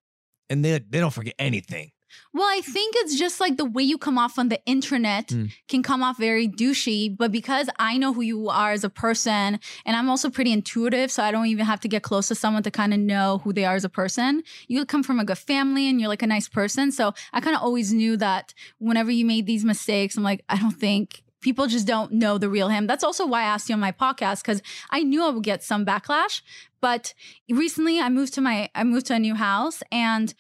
A: and they they don't forget anything.
B: Well, I think it's just like the way you come off on the internet
A: Mm.
B: can come off very douchey, but because I know who you are as a person, and I'm also pretty intuitive, so I don't even have to get close to someone to kind of know who they are as a person. You come from a good family and you're like a nice person. So I kind of always knew that whenever you made these mistakes, I'm like, I don't think people just don't know the real him. That's also why I asked you on my podcast, because I knew I would get some backlash. But recently I moved to my I moved to a new house and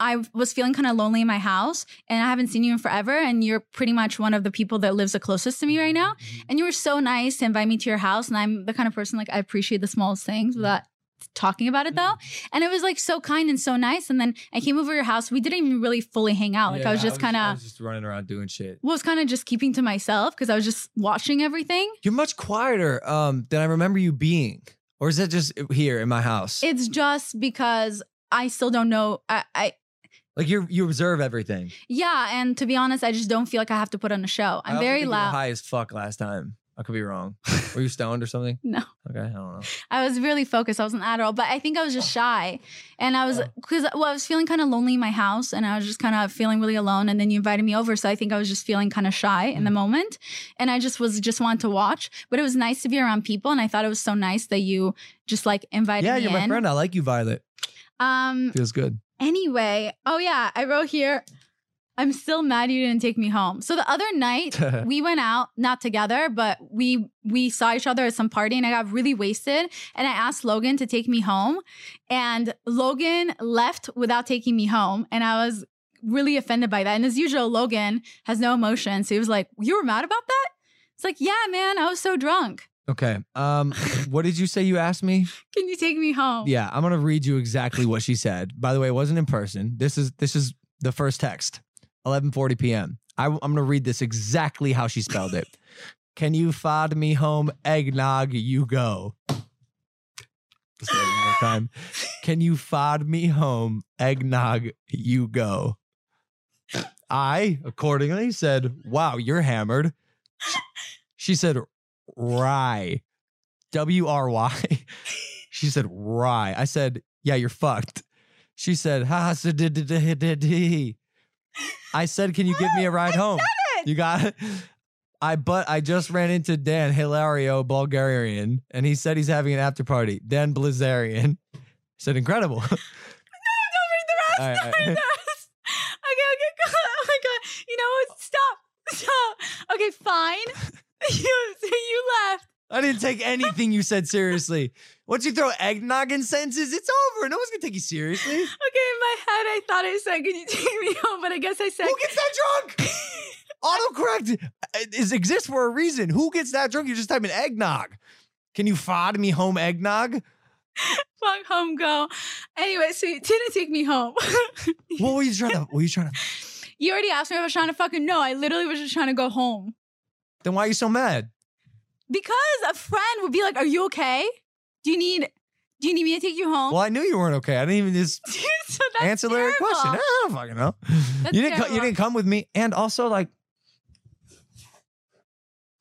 B: I was feeling kind of lonely in my house and I haven't seen you in forever. And you're pretty much one of the people that lives the closest to me right now.
A: Mm-hmm.
B: And you were so nice to invite me to your house. And I'm the kind of person like I appreciate the smallest things without talking about it
A: Mm-hmm.
B: though. And it was like so kind and so nice. And then I came over to your house. We didn't even really fully hang out. Like I was just kind of
A: just running around doing shit.
B: was kind of just keeping to myself because I was just watching everything.
A: You're much quieter um, than I remember you being. Or is it just here in my house?
B: It's just because I still don't know. I, I
A: like you you observe everything.
B: yeah, and to be honest, I just don't feel like I have to put on a show.
A: I
B: I'm
A: also
B: very
A: think you were
B: loud.
A: High as fuck last time. I could be wrong. Were you stoned or something?
B: [LAUGHS] No.
A: Okay, I don't know.
B: I was really focused. I was an Adderall, but I think I was just shy, and I was
A: Oh.
B: because well, I was feeling kind of lonely in my house, and I was just kind of feeling really alone. And then you invited me over, so I think I was just feeling kind of shy in the
A: Mm.
B: moment, and I just was just wanted to watch. But it was nice to be around people, and I thought it was so nice that you just like invited
A: yeah,
B: me
A: you're
B: in.
A: my friend. I like you, Violet.
B: Um.
A: Feels good. [LAUGHS]
B: Anyway, oh yeah, I wrote here. I'm still mad you didn't take me home. So the other night we went out not together but we we saw each other at some party and i got really wasted and i asked logan to take me home and logan left without taking me home and i was really offended by that and as usual logan has no emotion so he was like you were mad about that it's like yeah man i was so drunk
A: okay.
B: [LAUGHS]
A: Um, what did you say you asked me?
B: can you take me home
A: Yeah, I'm gonna read you exactly what she said. By the way, it wasn't in person. This is this is the first text, 11:40 p.m. I, am gonna read this exactly how she spelled it. Can you fod me home, eggnog? You go. Let's do it one more time. Can you fod me home, eggnog? You go. I accordingly said, "Wow, you're hammered." She said, "Rye." W R Y. She said, Rye. I said, Yeah, you're fucked. She said, Ha so did did did did did." I said, Can you give me a ride home?
B: it.
A: You got it. I but I just ran into Dan Hilario Bulgarian and he said he's having an after party. Dan Blizzarian said, Incredible. [LAUGHS] All
B: don't [LAUGHS]
A: right,
B: read the
A: all
B: rest.
A: right. [LAUGHS]
B: Don't read the rest. Okay, okay, [LAUGHS] go- oh my god. You know what? Stop. [LAUGHS] Stop. Okay, fine. [LAUGHS] you so you left.
A: I didn't take anything you said seriously. Once you throw eggnog in sentences, it's over. No one's gonna take you seriously.
B: Okay, in my head I thought I said, "Can you take me home?" But I guess I said,
A: Who gets that drunk? [LAUGHS] Autocorrect is exists for a reason. Who gets that drunk? You just type in eggnog. Can you fod me home eggnog?
B: "Fuck home, go." Anyway, so you didn't take me home. [LAUGHS]
A: What were you trying to? Were you trying to?
B: you already asked me if I was trying to fucking no. I literally was just trying to go home
A: Then why are you so mad?
B: because a friend would be like, "Are you okay? Do you need? Do you need me to take you home?"
A: Well, I knew you weren't okay. I didn't even just
B: Dude, [LAUGHS] so Oh. that's
A: ancillary
B: terrible.
A: question. I don't fucking know.
B: That's
A: you didn't. co- you
B: terrible.
A: didn't come with me, and also like,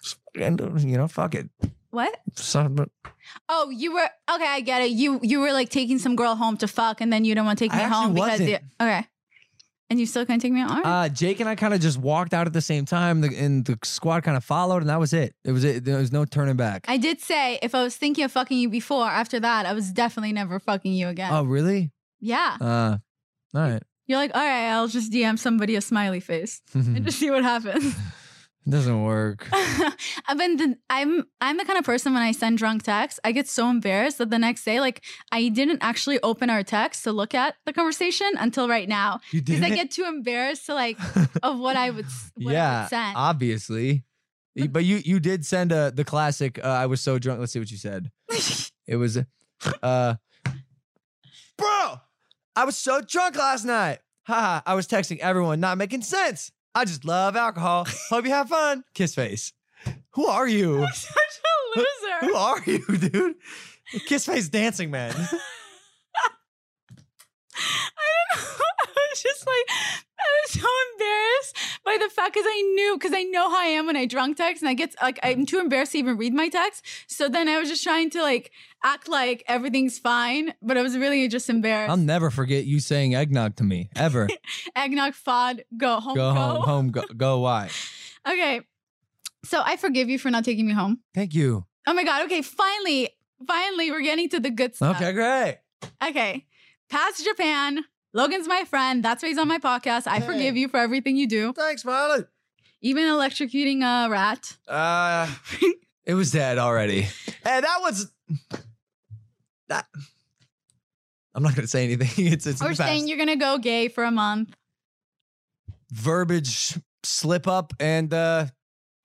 A: just fucking, you know, fuck it.
B: What?
A: Son of a-
B: Oh, you were okay. I get it. You you were like taking some girl home to fuck, and then you don't want to take
A: I
B: me
A: actually
B: home because you,
A: wasn't.
B: okay. And you still couldn't take me home. All right.
A: Uh, Jake and I kind of just walked out at the same time, the, and the squad kind of followed, and that was it. It was it. There was no turning back.
B: I did say if I was thinking of fucking you before, after that, I was definitely never fucking you again.
A: oh, really?
B: yeah,
A: Uh, all [LAUGHS] right.
B: you're like, all right, I'll just DM somebody a smiley face and
A: it
B: just see what happens. [LAUGHS]
A: doesn't work.
B: I've been the, I'm I'm the kind of person when I send drunk texts, I get so embarrassed that the next day, like I didn't actually open our text to look at the conversation until right now
A: You
B: because
A: did
B: I
A: it?
B: get too embarrassed to like of what I would s- what I
A: yeah, Uh,
B: would send.
A: [LAUGHS] obviously. Y- But you you did send a the classic. Uh, I was so drunk. Let's see what you said.
B: [LAUGHS]
A: It was, uh, bro. I was so drunk last night. Haha. I was texting everyone, not making sense. I just love
B: [LAUGHS]
A: alcohol. Hope you have fun. Kiss face. Who are you?
B: I'm such a
A: Who
B: [LAUGHS] loser.
A: are you, dude? Kiss face dancing
B: [LAUGHS]
A: man.
B: [LAUGHS] I don't know. I was just like, I was so embarrassed by the fact because I knew, because I know how I am when I drunk text and I get, like, I'm too embarrassed to even read my text. So then I was just trying to, like, act like everything's fine, but I was really just embarrassed.
A: I'll never forget you saying eggnog to me ever.
B: Eggnog, fod, go home,
A: go home, home, go, go. Why?
B: [LAUGHS] Okay. So I forgive you for not taking me home.
A: Thank you.
B: Oh my God. Okay. Finally, finally, we're getting to the good stuff.
A: Okay, great.
B: Okay. Past Japan. Logan's my friend. That's why he's on my podcast. I
A: Hey.
B: forgive you for everything you do,
A: Thanks, Violet.
B: even electrocuting a rat.
A: Uh,
B: [LAUGHS]
A: it was dead already. And that was that. I'm not gonna say anything. [LAUGHS] It's it's in
B: Or
A: the past.
B: saying you're going to go gay for a month.
A: verbiage slip up and uh,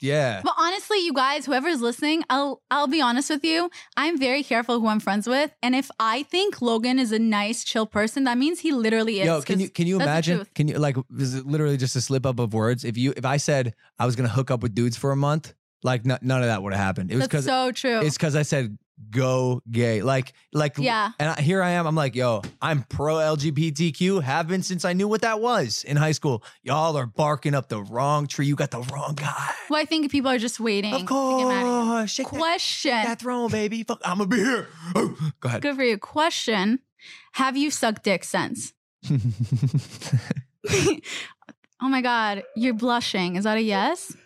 A: yeah.
B: But honestly, you guys, whoever's listening, I'll I'll be honest with you. I'm very careful who I'm friends with, and if I think Logan is a nice, chill person, that means he literally is.
A: Yo, can
B: 'cause
A: you can you
B: that's the
A: imagine?
B: truth.
A: Can you like is it literally just a slip up of words? If you if I said I was gonna hook up with dudes for a month, like n- none of that would have happened. It was because
B: That's so true.
A: it's because I said go gay. Like, like,
B: Yeah.
A: And I, here I am. I'm like, yo, I'm pro LGBTQ. Have been since I knew what that was in high school. Y'all are barking up the wrong tree. You got the wrong guy.
B: Well, I think people are just waiting.
A: Of
B: to get mad at you.
A: course, shake that,
B: Question.
A: that throne, baby. Fuck, I'm gonna be here. Oh, Go ahead.
B: Good for you. Question. Have you sucked dick since? [LAUGHS] oh my God, you're blushing. Is that a yes?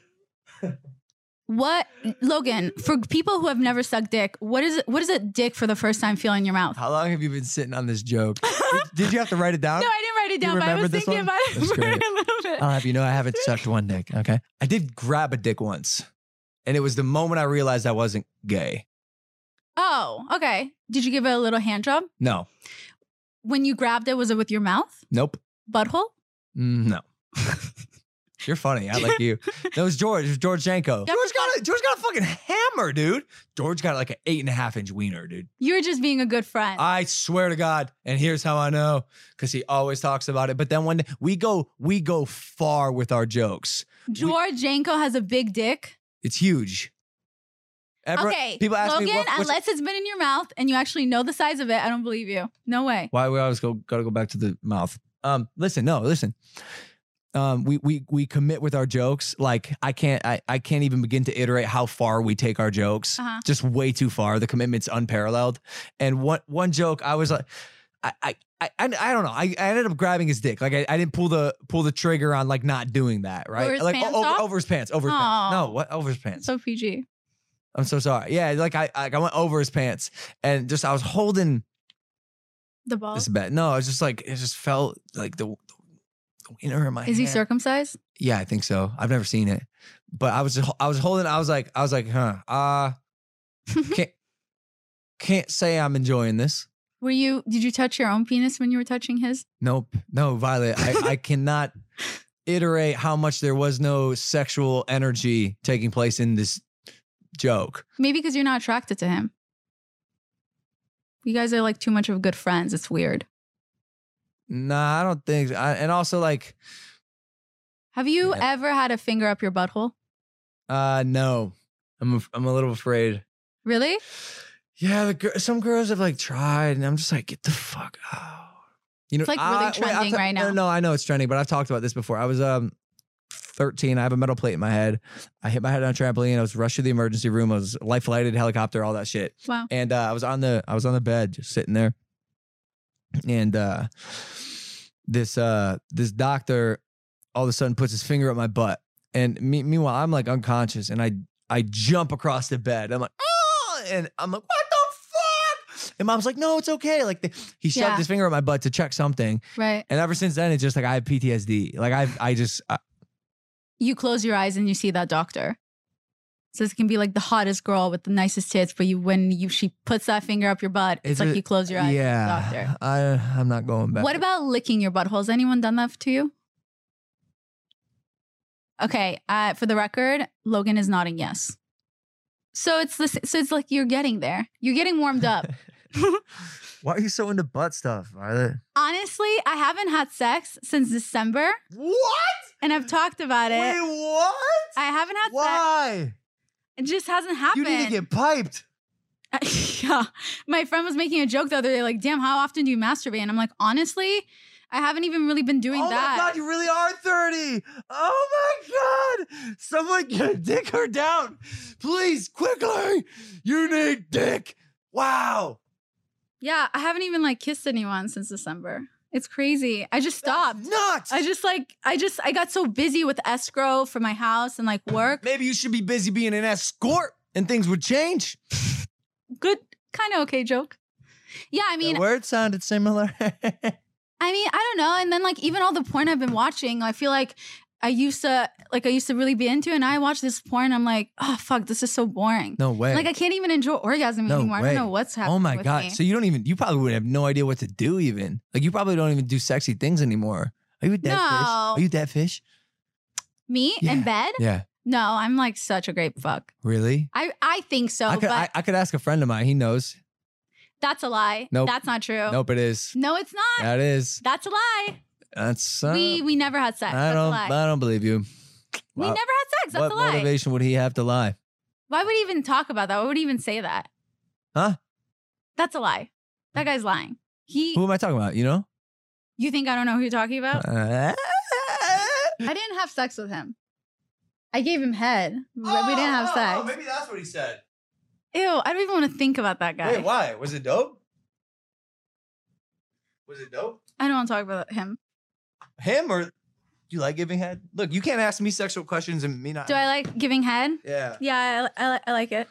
B: What Logan, for people who have never sucked dick, what is it what is a dick for the first time feel in your
A: [LAUGHS]
B: mouth? [LAUGHS]
A: How long have you been sitting on this joke? did, did you have to write it down?
B: [LAUGHS] No, I didn't write it
A: You
B: down, but I
A: remember
B: was
A: this one?
B: thinking about it
A: That's
B: for
A: great. Uh,
B: a little bit.
A: I'll have you know I
B: [LAUGHS]
A: haven't sucked one dick. Okay. I did grab a dick once. And it was the moment I realized I wasn't gay.
B: oh, okay. Did you give it a little hand job?
A: No.
B: When you grabbed it, was it with your mouth?
A: Nope.
B: Butthole?
A: Mm, No. [LAUGHS] You're funny. I like [LAUGHS] you. That was George. It was George Janko.
B: Yeah,
A: George
B: but
A: got a, George got a fucking hammer, dude. George got like an eight and a half inch wiener, dude.
B: You were just being a good friend.
A: I swear to God. And here's how I know, because he always talks about it. But then when we go, we go far with our jokes.
B: George Janko has a big dick.
A: It's huge. Everyone-
B: okay.
A: People ask
B: Logan,
A: me what, what's-
B: unless it's been in your mouth and you actually know the size of it, I don't believe you. No way.
A: Why we always go gotta go back to the mouth. Um, listen, no, listen. Um, we we we commit with our jokes. Like I can't I, I can't even begin to iterate how far we take our jokes.
B: Uh-huh.
A: Just way too far. The commitment's unparalleled. And one one joke, I was like, I I I, I don't know. I, I ended up grabbing his dick. Like I, I didn't pull the pull the trigger on like not doing that. Right?
B: Over his
A: like
B: pants
A: o-
B: off?
A: over, over his pants. Over his pants.
B: Oh.
A: No, what over his pants?
B: So PG.
A: I'm so sorry. Yeah, like I I, I went over his pants and just I was holding
B: The ball.
A: this
B: Is
A: bad. No, it's just like it just felt like the, the wiener in my.
B: he
A: hand.
B: circumcised?
A: Yeah, I think so. I've never seen it, but I was just, I was holding. I was like I was like, huh? Uh can't can't say I'm enjoying this.
B: Were you did you touch your own penis when you were touching his?
A: Nope. No, Violet. I, I cannot iterate how much there was no sexual energy taking place in this joke.
B: Maybe because you're not attracted to him. You guys are like too much of good friends. It's weird.
A: Nah, I don't think. I, and also like,
B: Have you
A: Yeah.
B: ever had a finger up your butthole?
A: uh, no, I'm a, I'm a little afraid.
B: Really?
A: Yeah, the gir- some girls have like tried, and I'm just like, get the fuck out. You know,
B: It's, like, really
A: I'll
B: trending
A: ta-
B: right now.
A: No, no, I know it's trending, but I've talked about this before. I was um 13. I have a metal plate in my head. I hit my head on a trampoline. I was rushed to the emergency room. I was life flighted, helicopter, all that shit.
B: Wow.
A: And uh, I was on the I was on the bed, just sitting there, and uh, this uh this doctor all of a sudden puts his finger up my butt, and me- meanwhile I'm like unconscious, and I I jump across the bed. I'm like, oh, and I'm like, what the fuck? And mom's like, no, it's okay. Like the, he shoved
B: Yeah.
A: his finger at my butt to check something,
B: Right.
A: and ever since then it's just like I have PTSD. Like I I just I,
B: You close your eyes and you see that doctor. So this can be like the hottest girl with the nicest tits, but you when you she puts that finger up your butt, it's,
A: It's
B: like
A: a-
B: you close your eyes.
A: yeah.
B: Doctor.
A: I I'm not going back.
B: What about licking your butthole? Has anyone done that to you? Okay, uh, for the record, Logan is nodding yes. So it's this. So it's like you're getting there. You're getting
A: [LAUGHS]
B: warmed up.
A: Why are you so into butt stuff, Violet?
B: Honestly, I haven't had sex since December,
A: What?
B: and I've talked about it.
A: Wait, what?
B: I haven't had sex.
A: Why?
B: It just hasn't happened.
A: You need to get piped.
B: [LAUGHS] yeah. My friend was making a joke the other day, like, "Damn, how often do you masturbate?" And I'm like, honestly, I haven't even really been doing
A: oh
B: that.
A: my god, you really are 30. Oh my god. Someone get dick her down. Please, quickly. You need dick. Wow.
B: Yeah, I haven't even like kissed anyone since December. It's crazy. I just
A: Stop.
B: stopped.
A: Nuts.
B: I just like I just I got so busy with escrow for my house and like work.
A: Maybe you should be busy being an escort and things would change.
B: Good kind of okay joke. Yeah, I mean,
A: the word sounded similar. [LAUGHS]
B: I mean, I don't know. And then like even all the porn I've been watching, I feel like I used to like I used to really be into it, and I watch this porn I'm like, "Oh fuck, this is so boring."
A: no way.
B: Like I can't even enjoy orgasm
A: No
B: anymore. I
A: way.
B: don't know what's happening.
A: Oh my
B: with
A: god!
B: me.
A: So you don't even you probably would have no idea what to do even. Like you probably don't even do sexy things anymore. Are you a dead fish?
B: No.
A: Are you a dead fish?
B: me
A: Yeah.
B: in bed?
A: Yeah.
B: No, I'm like such a great fuck.
A: Really?
B: I I think so,
A: I could
B: but
A: I, I could ask a friend of mine. He knows.
B: that's a lie.
A: Nope.
B: That's not true.
A: Nope, it is.
B: No, it's not.
A: That is.
B: That's a lie.
A: That's. Uh,
B: we we never had sex.
A: I
B: That's a
A: don't.
B: lie.
A: I don't believe you.
B: we
A: Wow.
B: never had sex. That's
A: what
B: a lie.
A: motivation would he have to lie?
B: Why would he even talk about that? Why would he even say that?
A: Huh?
B: That's a lie. That guy's lying. He,
A: Who am I talking about? You know?
B: you think I don't know who you're
A: [LAUGHS]
B: talking about?
A: Uh,
B: I didn't have sex with him. I gave him head, but we didn't have
A: oh,
B: sex.
A: oh, maybe that's what he said.
B: Ew, I don't even want to think about that guy.
A: Wait, why? Was it dope? Was it dope?
B: I don't want to talk about him.
A: Him or do you like giving head? Look, you can't ask me sexual questions and me not.
B: Do I like giving head?
A: Yeah.
B: Yeah, I, I, li- I like it.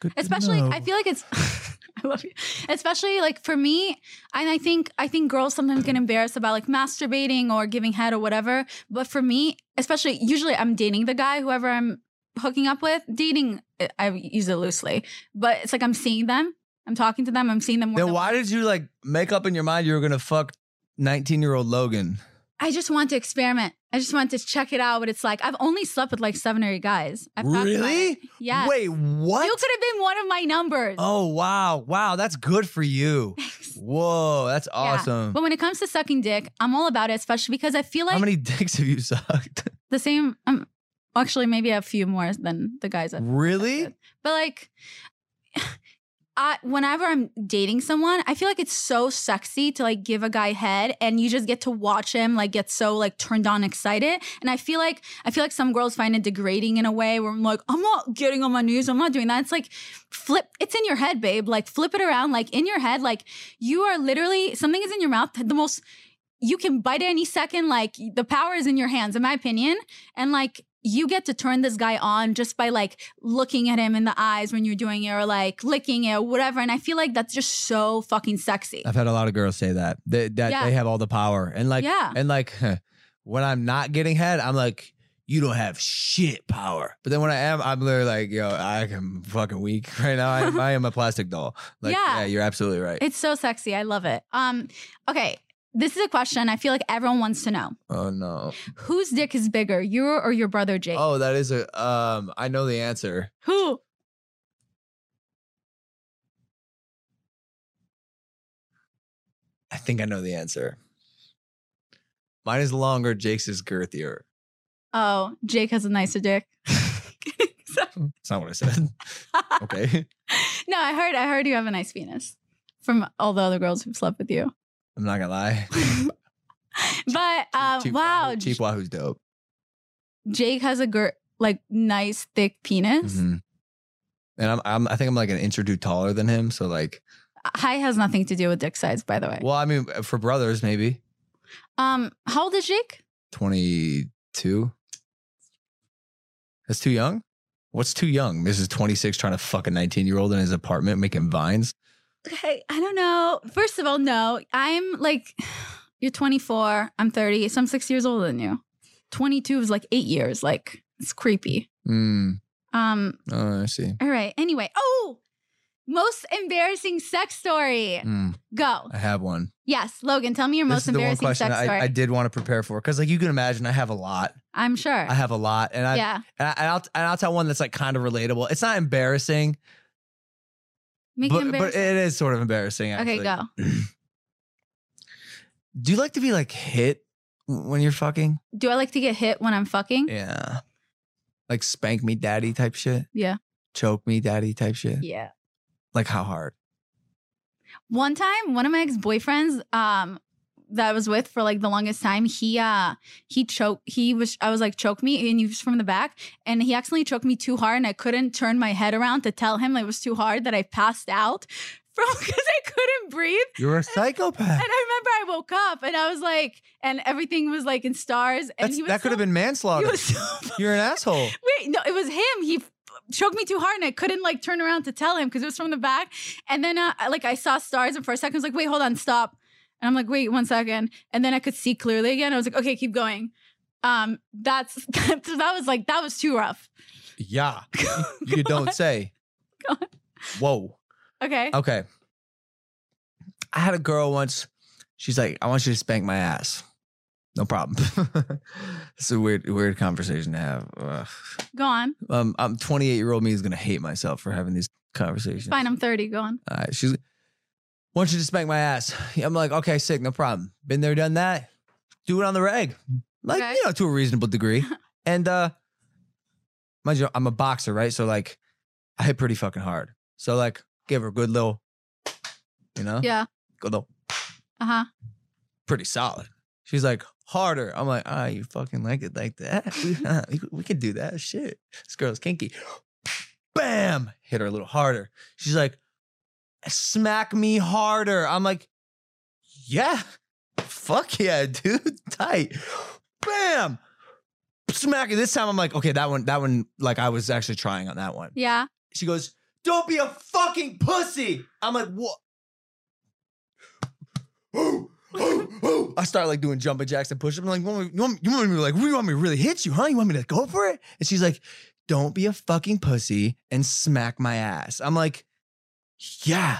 A: Good to
B: Especially, I
A: know.
B: feel like it's. [LAUGHS] I love you. Especially like for me, and I think I think girls sometimes get embarrassed about like masturbating or giving head or whatever. But for me, especially, usually I'm dating the guy, whoever I'm hooking up with. Dating, I- I use it loosely, but it's like I'm seeing them, I'm talking to them, I'm seeing them. more
A: Then
B: than-
A: why did you like make up in your mind you were gonna fuck 19 year old Logan?
B: I just want to experiment. I just want to check it out. What it's like. I've only slept with like seven or eight guys. I've talked about
A: Really?
B: it. Yeah.
A: Wait, what?
B: You could have been one of my numbers.
A: oh wow, wow, that's good for you.
B: [LAUGHS] Thanks.
A: Whoa, that's
B: [LAUGHS] Yeah.
A: awesome.
B: But when it comes to sucking dick, I'm all about it, especially because I feel
A: How
B: like
A: many [LAUGHS] dicks have you
B: [LAUGHS]
A: sucked?
B: the same. Um, actually, maybe a few more than the guys. That,
A: really?
B: but like, [SIGHS] I whenever I'm dating someone, I feel like it's so sexy to like give a guy head, and you just get to watch him like get so like turned on, excited. And I feel like I feel like some girls find it degrading in a way where I'm like, I'm not getting on my knees, I'm not doing that. It's like flip. It's in your head, babe. Like flip it around. Like in your head, like you are literally something is in your mouth. The most you can bite it any second. Like the power is in your hands, in my opinion. And like you get to turn this guy on just by like looking at him in the eyes when you're doing it, or like licking it, or whatever. And I feel like that's just so fucking sexy.
A: I've had a lot of girls say that. They, that
B: Yeah.
A: they have all the power. And like
B: yeah.
A: and like when I'm not getting head, I'm like, you don't have shit power. But then when I am, I'm literally like, yo, I am fucking weak [LAUGHS] right now. I am, I am a plastic doll. Like,
B: Yeah.
A: yeah, you're absolutely right.
B: It's so sexy. I love it. Um. Okay. This is a question I feel like everyone wants to know.
A: oh no.
B: Whose dick is bigger, your or your brother Jake?
A: Oh, that is a um I know the answer.
B: Who?
A: I think I know the answer. Mine is longer, Jake's is girthier.
B: Oh, Jake has a nicer dick. [LAUGHS]
A: That's not what I said. [LAUGHS] okay.
B: no, I heard I heard you have a nice penis from all the other girls who've slept with you.
A: [LAUGHS] I'm not gonna lie.
B: But [LAUGHS] um,
A: Cheap
B: wow,
A: Wahoo- Cheap Wahoo's dope.
B: Jake has a gir- like nice thick penis.
A: Mhm. And I'm, I'm I think I'm like an inch or two taller than him. So like
B: Height has nothing to do with dick size, by the way.
A: well, I mean uh, for brothers maybe.
B: Um, how old is Jake?
A: 22. That's too young? What's too young? Mrs. 26 trying to fuck a 19 year old in his apartment making vines.
B: Okay, I don't know. First of all, no, I'm like [SIGHS] you're 24, I'm 30, so I'm six years older than you. 22 is like eight years. Like it's creepy.
A: Hmm.
B: Um,
A: Oh, I see.
B: all right. Anyway, oh, most embarrassing sex story.
A: Mm,
B: Go.
A: I have one.
B: Yes, Logan, tell me your most
A: this is the one
B: embarrassing
A: question
B: sex story.
A: I, I did want to prepare for because, like, you can imagine, I have a lot.
B: I, am sure.
A: I have a lot, and I
B: yeah.
A: and, I, and I'll and I'll tell one that's like kind of relatable. It's not embarrassing,
B: Make it
A: but but
B: embarrassing.
A: it is sort of embarrassing.
B: okay,
A: Actually.
B: go.
A: [CLEARS THROAT] Do you like to be like hit when you're fucking?
B: Do I like to get hit when I'm fucking?
A: Yeah. Like spank me daddy type shit.
B: Yeah.
A: Choke me daddy type shit.
B: Yeah.
A: Like how hard?
B: One time, one of my ex-boyfriends, um, that I was with for like the longest time, he uh he choked he was I was like, choke me, and he was from the back, and he accidentally choked me too hard, and I couldn't turn my head around to tell him like, it was too hard that I passed out [LAUGHS] from because I couldn't breathe.
A: You're a psychopath.
B: [LAUGHS] And I remember I woke up and I was like, and everything was like in stars. And
A: That's,
B: he was
A: that could have
B: so-
A: been manslaughter.
B: [LAUGHS] He was so
A: you're an
B: [LAUGHS]
A: asshole.
B: Wait, no, it was him. He f- choked me too hard, and I couldn't like turn around to tell him because it was from the back. And then, uh, I- like, I saw stars, and for a second, I was like, "Wait, hold on, stop." And I'm like, "Wait, one second. And then I could see clearly again. I was like, "Okay, keep going." Um, that's [LAUGHS] that, was like that was too rough.
A: Yeah. You don't say.
B: Go
A: Whoa.
B: Okay,
A: Okay. I had a girl once. She's like, I want you to spank my ass. No problem. [LAUGHS] it's a weird, weird conversation to have. Ugh.
B: go on.
A: Um, I'm 28 year old me is gonna hate myself for having these conversations.
B: Fine, I'm 30. Go on.
A: All right, she's want you to spank my ass. [SIGHS] I'm like, okay, sick, no problem. Been there, done that. Do it on the reg, like
B: Okay.
A: you know, to a reasonable
B: [LAUGHS]
A: degree. and uh, mind you, I'm a boxer, right? So like, I hit pretty fucking hard. So like, Give her a good little, you know,
B: Yeah.
A: good little,
B: Uh huh.
A: pretty solid. She's like, harder. I'm like, ah, you fucking like it like that? [LAUGHS] We, huh, we, we can do that. Shit. This girl's kinky. Bam! Hit her a little harder. She's like, smack me harder. I'm like, yeah. Fuck yeah, [LAUGHS] dude. Tight. Bam! Smack it. This time I'm like, okay, that one, that one, like I was actually trying on that one.
B: Yeah.
A: She goes, "Don't be a fucking pussy." I'm like, "What?" [GASPS] I start like doing jumping jacks and push ups. I'm like, you want, me, you, want me, you want me to like, you want me to really hit you, huh? You want me to go for it? And she's like, don't be a fucking pussy and smack my ass. I'm like, yeah,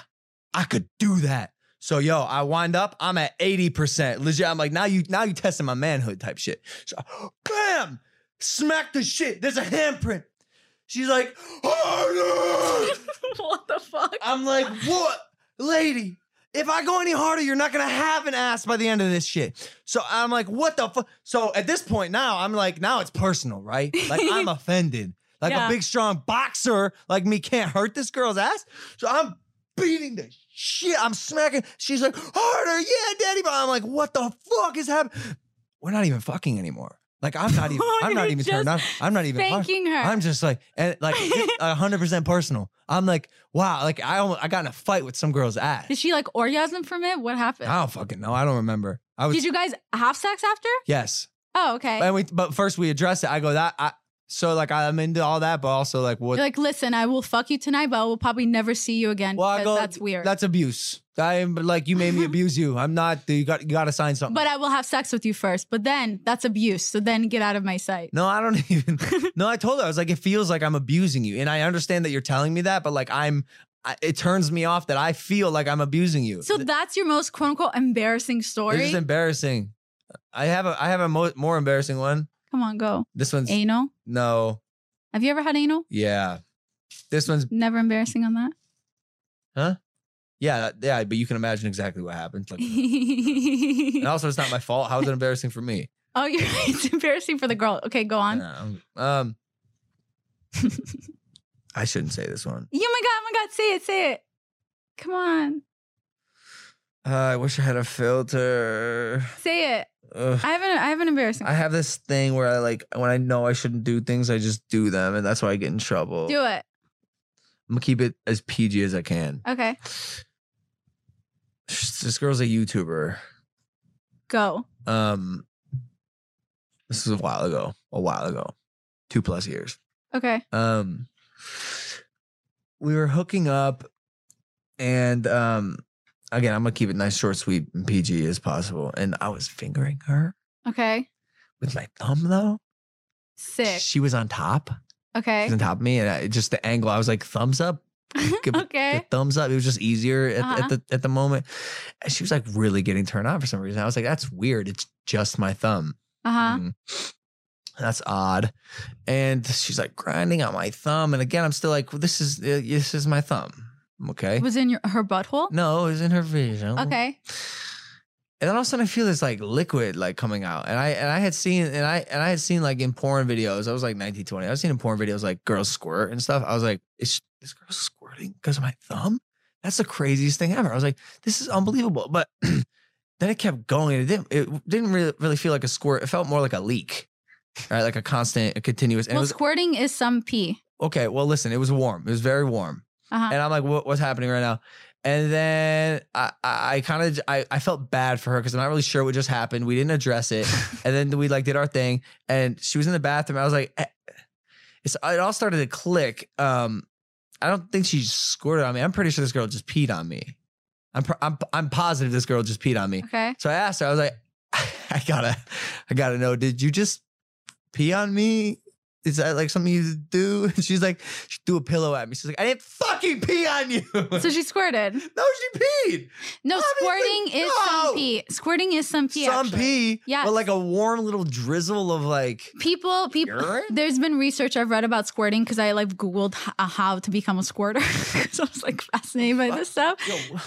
A: I could do that. So yo, I wind up, I'm at 80%. Legit. I'm like, now you now you testing my manhood type shit. So [GASPS] bam! Smack the shit. There's a handprint. She's like, harder!
B: [LAUGHS] what the fuck?
A: I'm like, what? Lady, if I go any harder, you're not gonna have an ass by the end of this shit. So I'm like, what the fuck? So at this point now, I'm like, now it's personal, right? Like
B: [LAUGHS]
A: I'm offended. Like
B: Yeah.
A: a big strong boxer like me can't hurt this girl's ass. So I'm beating the shit. I'm smacking. She's like, harder, yeah, daddy. But I'm like, what the fuck is happening? We're not even fucking anymore. Like I'm not even. I'm not
B: [LAUGHS] You're
A: even turned on.
B: just
A: I'm not even. hard.
B: Thanking her. [LAUGHS]
A: I'm just like, and like, hundred percent personal. I'm like, wow, like I almost, I got in a fight with some girl's ass.
B: Did she like orgasm from it? What happened?
A: I don't fucking know. I don't remember. I was
B: Did you guys have sex after?
A: yes,
B: Oh, okay.
A: and we, but first we address it. I go that I so like I'm into all that, but also like what?
B: You're like, listen, I will fuck you tonight, but I will probably never see you again
A: Well, I
B: because
A: go,
B: that's weird.
A: That's abuse. I am like you made
B: [LAUGHS]
A: me abuse you. I'm not. You got you got to sign something.
B: but I will have sex with you first. But then that's abuse. So then get out of my sight.
A: no, I don't [LAUGHS]
B: [LAUGHS]
A: even. no, I told her I was like, it feels like I'm abusing you, and I understand that you're telling me that, but like I'm, I, it turns me off that I feel like I'm abusing you.
B: So that's your most quote unquote embarrassing story.
A: This is embarrassing. I have a I have a mo- more embarrassing one.
B: Come on, go.
A: This one's
B: Anal.
A: no,
B: Have you ever had anal?
A: yeah. This one's
B: Never embarrassing on that.
A: yeah, that- yeah. But you can imagine exactly what happened.
B: [LAUGHS]
A: Like, and also, it's not my fault. How is it embarrassing for me?
B: oh, you're right. It's embarrassing for the girl. Okay, go on.
A: Yeah, um,
B: [LAUGHS]
A: I shouldn't say this one.
B: Yeah, oh my God, my God, say it, say it. Come on,
A: Uh, I wish I had a filter.
B: say it.
A: Ugh.
B: I haven't, I have an embarrassing.
A: I have this thing where I like when I know I shouldn't do things, I just do them, and that's why I get in trouble.
B: Do it.
A: I'm gonna keep it as PG as I can.
B: Okay,
A: This girl's a YouTuber.
B: go.
A: Um, this was a while ago, a while ago, two plus years.
B: Okay.
A: Um, we were hooking up, and um, again, I'm gonna keep it nice, short, sweet, and PG as possible. And I was fingering her
B: Okay.
A: with my thumb, though.
B: Sick.
A: She was on top. She
B: Okay. [LAUGHS]
A: was on top of me, and I, just the angle. I was like, thumbs up. give it the
B: okay.
A: thumbs up. It was just easier at,
B: Uh-huh.
A: at the at the moment. And she was like really getting turned on for some reason. I was like, that's weird. It's just my thumb.
B: Uh huh.
A: Mm. That's odd. And she's like grinding on my thumb. And again, I'm still like, well, this is uh, this is my thumb. Okay.
B: Was in your her butthole.
A: No, it's in her vision.
B: Okay.
A: And then all of a sudden I feel this like liquid like coming out. And I and I had seen and I and I had seen like in porn videos. I was like 19, 20. I was seen in porn videos like girls squirt and stuff. I was like, is this girl squirting because of my thumb? That's the craziest thing ever. I was like, this is unbelievable. But [CLEARS THROAT] then it kept going. It didn't it didn't really, really feel like a squirt. It felt more like a leak. Right? Like a constant, a continuous. And it
B: well,
A: was
B: squirting is some pee.
A: okay, well, listen, it was warm. It was very warm.
B: Uh huh.
A: And I'm like, what, what's happening right now? And then I, I, I kind of, I, I felt bad for her because I'm not really sure what just happened. We didn't address it. and then we like did our thing and she was in the bathroom. I was like, eh. it's, it all started to click. Um, I don't think she squirted on me. I'm pretty sure this girl just peed on me. I'm, pr- I'm, I'm positive this girl just peed on me. [LAUGHS]
B: Okay.
A: So I asked her, I was like, I gotta, I gotta know, did you just pee on me? Is that like something you do? [LAUGHS] And she's like, she threw a pillow at me. She's like, I didn't fucking pee on you.
B: So she
A: [LAUGHS]
B: squirted.
A: no, she peed.
B: No,
A: Obviously
B: squirting is
A: no.
B: some pee. Squirting is some pee.
A: Some
B: actually.
A: pee,
B: Yes.
A: but like a warm little drizzle of
B: [LAUGHS]
A: like,
B: People, people.
A: Urine?
B: There's been research I've read about squirting because I like Googled h- uh, how to become a [LAUGHS] squirter because I was like fascinated by this stuff.
A: yo,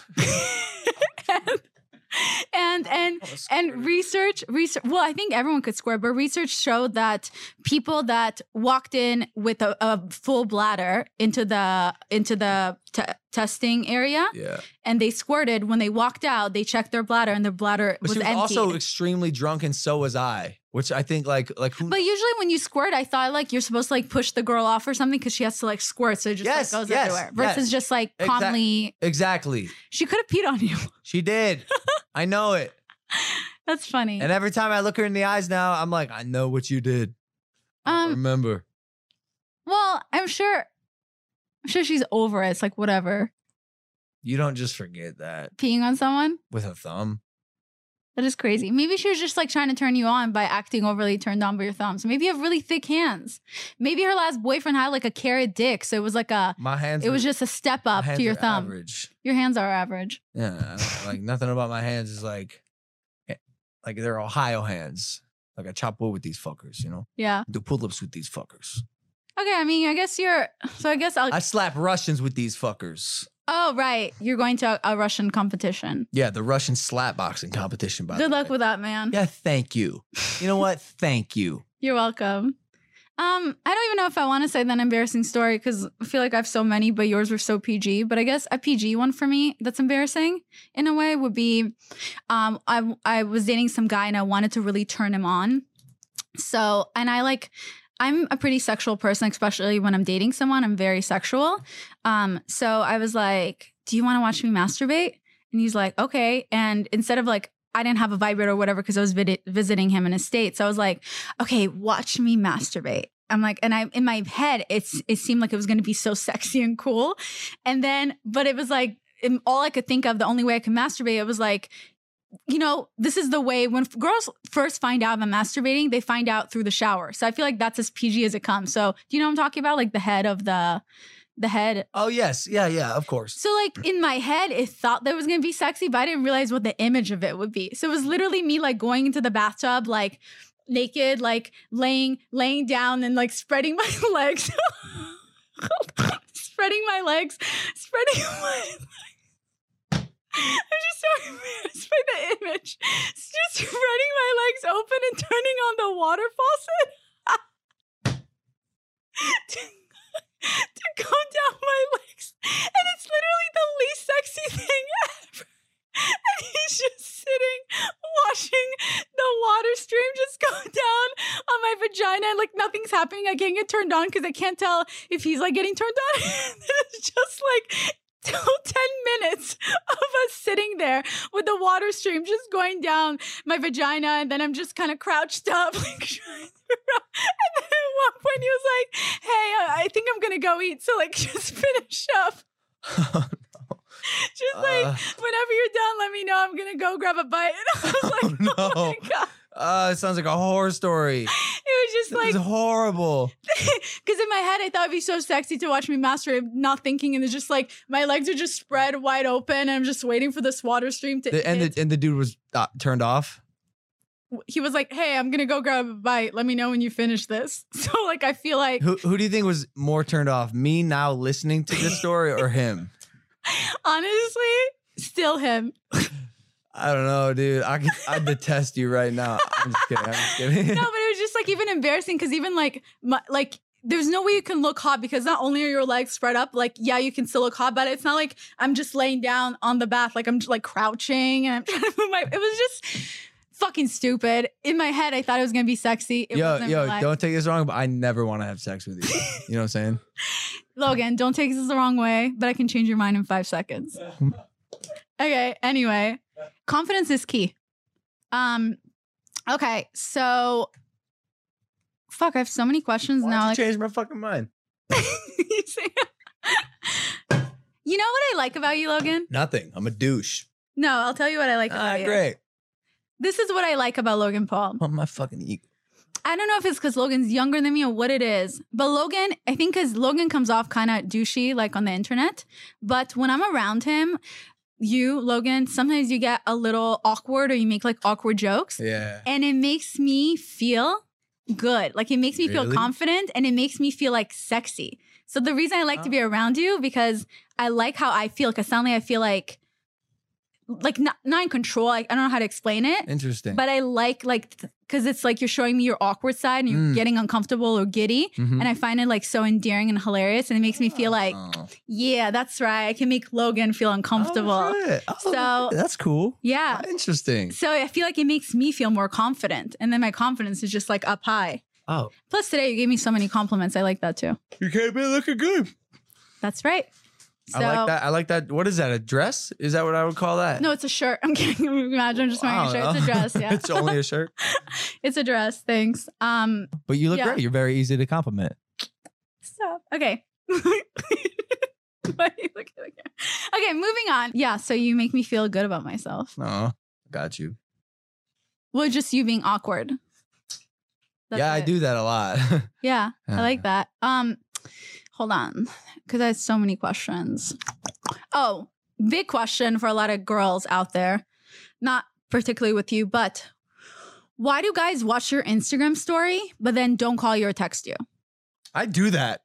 B: And and and and research research well i think everyone could squirt but research showed that people that walked in with a, a full bladder into the into the t- testing area
A: yeah.
B: and they squirted when they walked out they checked their bladder and their bladder
A: But
B: was,
A: she was
B: empty
A: also extremely drunk, and so was I. Which I think, like, like who?
B: but usually when you squirt, I thought like you're supposed to like push the girl off or something because she has to like squirt, so it just
A: Yes,
B: like goes
A: yes,
B: everywhere. Versus
A: yes.
B: just like
A: Exact-
B: calmly,
A: exactly.
B: she could have peed on you. [LAUGHS]
A: She did. I know it.
B: That's funny.
A: And every time I look her in the eyes now, I'm like, I know what you did. I
B: Um,
A: remember.
B: well, I'm sure, I'm sure she's over it. It's like whatever,
A: You don't just forget that
B: peeing on someone.
A: with a thumb.
B: That is crazy. Maybe she was just like trying to turn you on by acting overly turned on by your thumbs. Maybe you have really thick hands. Maybe her last boyfriend had like a carrot dick, so it was like a,
A: My hands.
B: it was
A: are-
B: just a step
A: my
B: up
A: hands
B: to your
A: are
B: thumb.
A: Average.
B: Your hands are average.
A: Yeah. I don't- like nothing about my hands is like, eh, like they're Ohio hands. Like I chop wood with these fuckers, you know.
B: Yeah.
A: Do pull-ups with these fuckers.
B: Okay. I mean, I guess you're. So I guess I'll.
A: I slap Russians with these fuckers.
B: Oh, right. You're going to a, a Russian competition.
A: Yeah, the Russian slap boxing competition. By
B: Good
A: the
B: luck
A: way.
B: with that, man.
A: Yeah, thank you. You know what? thank you.
B: You're welcome. Um, I don't even know if I want to say that embarrassing story because I feel like I have so many, but yours were so PG. But I guess a PG one for me that's embarrassing in a way would be um, I, I was dating some guy and I wanted to really turn him on. So, and I like, I'm a pretty sexual person, especially when I'm dating someone. I'm very sexual. Um, so I was like, Do you want to watch me masturbate? And he's like, Okay. And instead of like, I didn't have a vibrator or whatever because I was vid- visiting him in a state. So I was like, okay, watch me masturbate. I'm like, and I in my head, it's it seemed like it was gonna be so [LAUGHS] sexy and cool. And then, but it was like in- all I could think of, the only way I could masturbate, it was like, you know, this is the way when f- girls first find out I'm masturbating, they find out through the shower. So I feel like that's as PG as it comes. So do you know what I'm talking about? Like the head of the the head.
A: Oh yes, yeah, yeah, of course. [LAUGHS]
B: So like in my head, it thought that it was gonna be sexy, but I didn't realize what the image of it would be. So it was literally me like going into the bathtub, like naked, like laying laying down and like spreading my [LAUGHS] legs. spreading my legs, spreading [LAUGHS] my legs. I'm just so embarrassed by the image. It's just spreading my legs open and turning on the water faucet [LAUGHS] to, to go down my legs. And it's literally the least sexy thing [LAUGHS] ever. And he's just sitting, watching the water stream just go [LAUGHS] down on my vagina. Like nothing's happening. I can't get turned on because I can't tell if he's like getting turned on. [LAUGHS] it's just like till 10 minutes of us sitting there with the water stream just going down my vagina and then I'm just kind of crouched up [LAUGHS] like trying to rub- [LAUGHS] and then at one point he was like hey I, I think I'm gonna go eat so like [LAUGHS] just finish up just like
A: Uh.
B: whenever you're done let me know I'm gonna go grab a bite [LAUGHS] and I was like
A: [LAUGHS] Oh,
B: oh,
A: no.
B: my god
A: Uh, it sounds like a horror story.
B: it was just
A: This
B: like
A: is horrible.
B: Because in my head, I thought it'd be so sexy to watch me masturbate, not thinking, and it's just like my legs are just spread wide open, and I'm just waiting for this water stream to.
A: The, and
B: hit.
A: the and the dude was uh, turned off.
B: he was like, "Hey, I'm gonna go grab a bite. Let me know when you finish this." [LAUGHS] So like, I feel like
A: Who who do you think was more turned off? Me now listening to this story or him?
B: honestly, still him.
A: I don't know, dude. I could, I detest you right now. I'm just kidding. I'm just kidding.
B: [LAUGHS] No, but it was just like even embarrassing because even like my, like. There's no way you can look hot because not only are your legs spread up, like yeah, you can still look hot, but it's not like I'm just laying down on the bath, like I'm just like crouching and I'm [LAUGHS] trying to move my. It was just fucking stupid. In my head, I thought it was gonna be sexy. It
A: yo,
B: wasn't
A: yo,
B: real life.
A: don't take this wrong, but I never want to have sex with you. You know what I'm
B: [LAUGHS]
A: saying?
B: Logan, don't take this the wrong way, but I can change your mind in
A: [LAUGHS]
B: five seconds. okay, anyway, confidence is key. Um, okay, so fuck, I have so many questions
A: Why
B: now.
A: don't
B: Like,
A: you change my fucking mind?
B: [LAUGHS] you say- You know what I like about you, Logan?
A: Nothing. I'm a douche.
B: No, I'll tell you what I like about
A: Ah,
B: you.
A: great.
B: This is what I like about Logan Paul.
A: On my fucking ego.
B: I don't know if it's because Logan's younger than me or what it is, but Logan, I think because Logan comes off kind of douchey, like on the internet. But when I'm around him, you, Logan, sometimes you get a little awkward or you make like awkward jokes.
A: Yeah.
B: And it makes me feel good. Like it makes me feel
A: Really?
B: confident and it makes me feel like sexy. So
A: Oh.
B: the reason I like to be around you because I like how I feel. Cause suddenly I feel like like not, not in control. Like, I don't know how to explain it,
A: Interesting.
B: but I like like because it's like you're showing me your awkward side and you're
A: Mm.
B: getting uncomfortable or giddy,
A: Mhm.
B: and I find it like so endearing and hilarious, and it makes me feel like,
A: Oh.
B: yeah, that's right. I can make Logan feel uncomfortable.
A: Oh, shit. Oh,
B: So-
A: that's cool.
B: Yeah.
A: Interesting.
B: So I feel like it makes me feel more confident, and then my confidence is just like up high.
A: Oh,
B: Plus, today you gave me so many compliments. I like that too.
A: you came in looking good.
B: That's right. So,
A: I like that. I like that. What is that? A dress? Is that what I would call that?
B: No, it's a shirt. I'm [LAUGHS] kidding. Imagine I'm just
A: I
B: wearing a
A: don't
B: shirt.
A: know.
B: It's
A: [LAUGHS]
B: a dress. Yeah,
A: it's only a shirt.
B: [LAUGHS] It's a dress. Thanks. Um,
A: But you look
B: Yeah.
A: great. You're very easy to compliment.
B: stop. Okay. [LAUGHS] Why are you looking like that? okay, moving on. Yeah, so you make me feel good about myself.
A: Oh, got you.
B: Well, just you being awkward. That's
A: yeah, I
B: it.
A: do that a lot. [LAUGHS]
B: Yeah, I
A: Uh,
B: like that. Um, hold on, because I had so many questions. Oh, big question for a lot of girls out there, not particularly with you, but why do guys watch your Instagram story but then don't call you or text you?
A: I do that.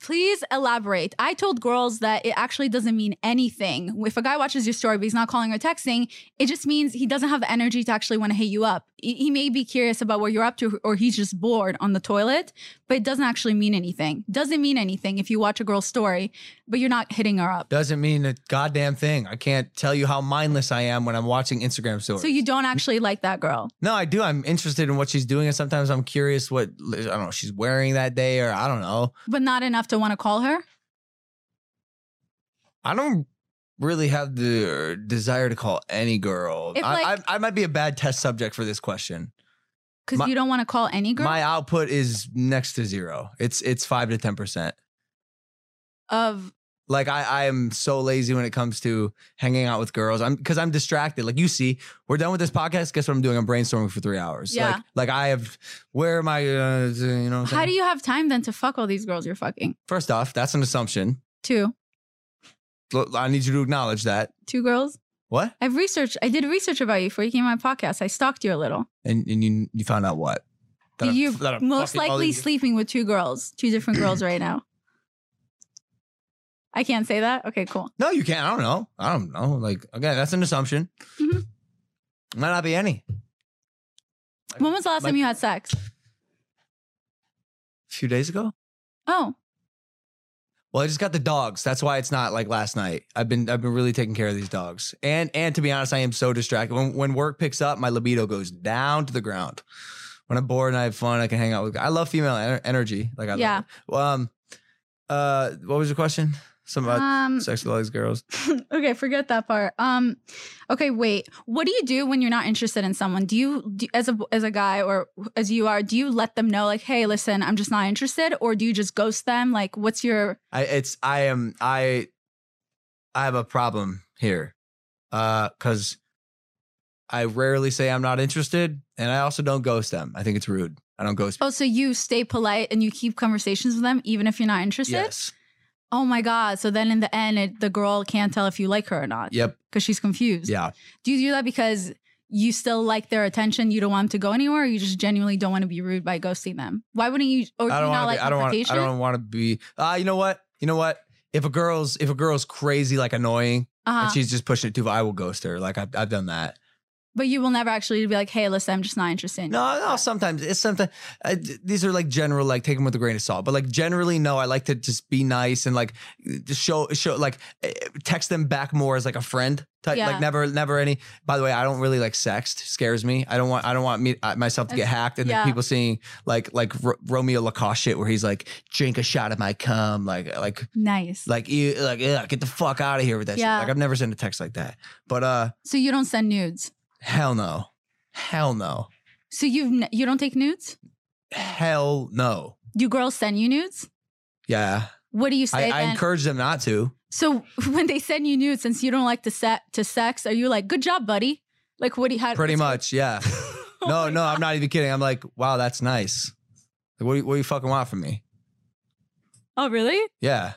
B: Please elaborate. I told girls that it actually doesn't mean anything. If a guy watches your story but he's not calling or texting, it just means he doesn't have the energy to actually want to hit you up. He he may be curious about what you're up to or he's just bored on the toilet, but it doesn't actually mean anything. Doesn't mean anything if you watch a girl's story but you're not hitting her up.
A: Doesn't mean a goddamn thing. I can't tell you how mindless I am when I'm watching Instagram stories.
B: So you don't actually like that girl.
A: no, I do. I'm interested in what she's doing, and sometimes I'm curious what I don't know she's wearing that day, or I don't know.
B: But not enough to want to call her?
A: I don't really have the desire to call any girl.
B: If,
A: I,
B: like-
A: I, I might be a bad test subject for this question.
B: Because
A: My-
B: you don't want to call any girl
A: My output is next to zero. It's it's five to ten percent.
B: of
A: Like I, I am so lazy when it comes to hanging out with girls. I'm because I'm distracted. Like you see, we're done with this podcast. Guess what I'm doing? I'm brainstorming for three hours.
B: Yeah.
A: Like, like I have. Where am I? Uh, you know. What I'm
B: how
A: saying?
B: do you have time then to fuck all these girls you're fucking?
A: First off, that's an assumption.
B: Two.
A: Look, I need you to acknowledge that.
B: Two girls?
A: What?
B: I've researched. I did research about you before you came on my podcast. I stalked you a little.
A: And and you you found out what? That I'm-
B: You're
A: that I'm
B: most
A: fucking all
B: likely
A: these-
B: sleeping with two girls, two different girls
A: [CLEARS THROAT]
B: right now. I can't say that. Okay, cool.
A: No, you can't. I don't know. I don't know. Like again, that's an assumption.
B: Mhm.
A: Might not be any.
B: When was the last
A: My-
B: time you had sex?
A: A few days ago.
B: Oh,
A: Well, I just got the dogs. That's why it's not like last night. I've been I've been really taking care of these dogs. And and to be honest, I am so distracted. When when work picks up, my libido goes down to the ground. When I'm bored and I have fun, I can hang out with. I love female ener- energy. Like I
B: Yeah.
A: love it. Um, uh, what was your question? Something about
B: um,
A: sex with all these girls.
B: okay, forget that part. Um, okay, wait. What do you do when you're not interested in someone? Do you, do, as a as a guy or as you are, do you let them know like, hey, listen, I'm just not interested, or do you just ghost them? Like, what's your
A: I it's I am I I have a problem here. Uh cuz I rarely say I'm not interested and I also don't ghost them. I think it's rude. I don't ghost
B: oh, so you stay polite and you keep conversations with them even if you're not interested.
A: Yes.
B: Oh my God. So then in the end, it, the girl can't tell if you like her or not because
A: Yep.
B: she's confused.
A: Yeah.
B: Do you do that because you still like their attention? You don't want them to go anywhere? Or you just genuinely don't want to be rude by ghosting them? Why wouldn't you? Or
A: I don't
B: do you
A: want
B: not
A: to
B: like
A: be, I don't want I
B: confrontation?
A: don't want to be uh you know what? You know what? If a girl's if a girl's crazy like annoying
B: uh-huh.
A: and she's just pushing it too far, I will ghost her. Like I've I've done that.
B: but you will never actually be like, hey, listen, I'm just not interested. in you."
A: No, no. Sometimes it's sometimes uh, d- these are like general, like take them with a grain of salt. But like generally, no. I like to just be nice and like just show show like eh, text them back more as like a friend type.
B: Yeah.
A: Like never never any. By the way, I don't really like sext. Scares me. I don't want I don't want me I- myself to get
B: That's-
A: hacked and then
B: yeah.
A: people seeing like like R- Romeo Lacoste shit where he's like drink a shot of my cum like like
B: Nice.
A: like you like ugh, get the fuck out of here with that
B: Yeah.
A: shit. Like I've never sent a text like that. But uh,
B: so you don't send nudes.
A: hell no, hell no,
B: So you've n- you don't take nudes?
A: hell no.
B: Do girls send you nudes?
A: Yeah.
B: What do you
A: I,
B: say
A: I
B: then?
A: encourage them not to.
B: so [LAUGHS] when they send you nudes, since you don't like to set to sex, are you like, good job, buddy? Like, what do you have?
A: Pretty
B: [LAUGHS]
A: much, yeah.
B: Oh
A: No, no, I'm not even kidding. I'm like, wow, that's nice. Like, what do you, what do you fucking want from me?
B: Oh, really?
A: Yeah.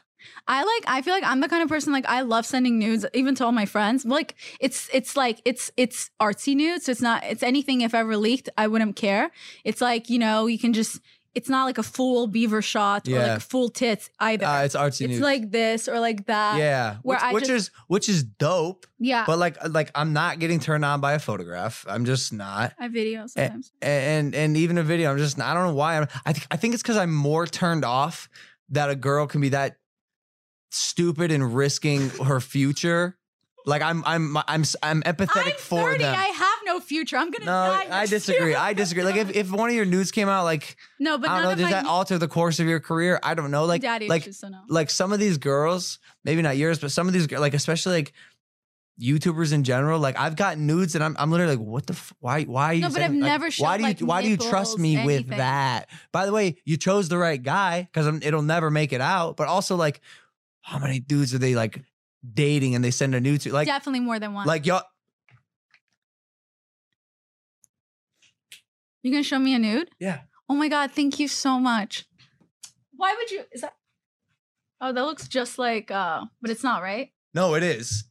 B: I like I feel like I'm the kind of person like I love sending nudes even to all my friends. Like it's it's like it's it's artsy nudes, so it's not it's anything if ever leaked, I wouldn't care. It's like, you know, you can just it's not like a full beaver shot or
A: Yeah.
B: like full tits either.
A: Uh, it's artsy
B: it's
A: nude.
B: like this or like that.
A: yeah,
B: where
A: which,
B: I
A: which
B: just- Uh.
A: is which is dope.
B: Yeah,
A: But like like I'm not getting turned on by a photograph. I'm just not.
B: I video
A: eh,
B: sometimes.
A: A- And and even a video, I'm just I don't know why I'm. I think I think it's because I'm more turned off that a girl can be that stupid and risking her future. Like I'm I'm I'm I'm empathetic
B: I'm
A: for
B: 30.
A: them.
B: I have no future. I'm gonna
A: no,
B: die.
A: I
B: next
A: disagree.
B: year.
A: I disagree.
B: [LAUGHS]
A: Like if, if one of your nudes came out, like
B: no, but
A: I
B: none
A: don't know,
B: of
A: does
B: my
A: that alter the course of your career? I don't know. Like
B: daddy
A: like
B: issues, so no.
A: like some of these girls, maybe not yours, but some of these gir- like especially like YouTubers in general, like I've gotten nudes and I'm I'm literally like, what the f- why why are you
B: No, but
A: sending-
B: I've
A: like,
B: never
A: why
B: showed,
A: do you
B: like,
A: why do you trust
B: nipples,
A: me with
B: anything.
A: that? By the way, you chose the right guy because it'll never make it out. But also like, how many dudes are they like dating and they send a nude to like
B: Definitely more than one.
A: like y'all?
B: you gonna show me a nude?
A: Yeah.
B: Oh my god! Thank you so much. Why would you? Is that? Oh, that looks just like. uh But it's not right.
A: No, it is.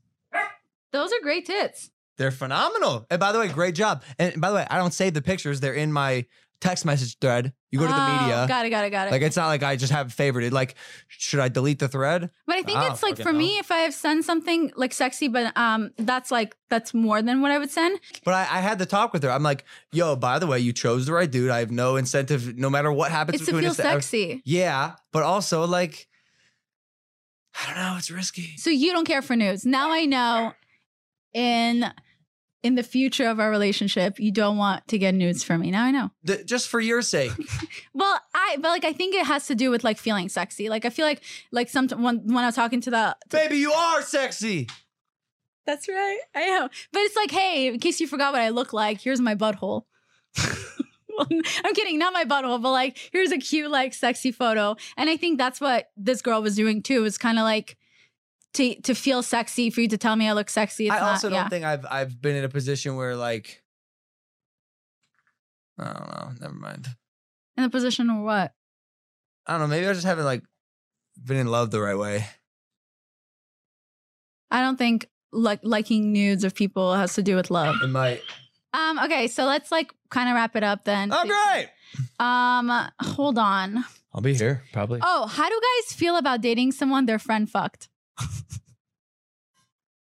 B: Those are great tits.
A: They're phenomenal. And by the way, great job. And by the way, I don't save the pictures. They're in my text message thread. You go to the
B: Oh,
A: media.
B: Got it. Got it. Got it.
A: Like it's not like I just have favorited. Like, should I delete the thread?
B: But I think
A: Oh,
B: it's like
A: fucking
B: for me, if I have sent something like sexy, but um, that's like that's more than what I would send.
A: But I, I had the talk with her. I'm like, yo, by the way, you chose the right dude. I have no incentive, no matter what happens
B: It's to
A: between
B: feel
A: us. to ever-
B: sexy.
A: Yeah, but also like, I don't know. It's risky.
B: So you don't care for nudes. Now I know. In in the future of our relationship, you don't want to get nudes from me. Now I know.
A: Th- just for your
B: [LAUGHS]
A: sake.
B: Well, I but like I think it has to do with like feeling sexy. Like I feel like like some when when I was talking to the
A: Baby, you are sexy.
B: That's right. I know. But it's like, hey, in case you forgot what I look like, here's my butthole. [LAUGHS] Well, [LAUGHS] I'm kidding, not my butthole, but like, here's a cute, like, sexy photo. And I think that's what this girl was doing too. It's kind of like to to feel sexy for you to tell me I look sexy. It's
A: I
B: not-
A: also don't
B: yeah.
A: think I've I've been in a position where like I don't know, never mind.
B: in the position or what?
A: I don't know, maybe I just haven't like been in love the right way.
B: I don't think like liking nudes of people has to do with love.
A: It
B: [LAUGHS]
A: might
B: Um. Okay, so let's like kind of wrap it up then.
A: Oh great.
B: Um. Hold on.
A: I'll be here, probably.
B: Oh, how do guys feel about dating someone their friend fucked?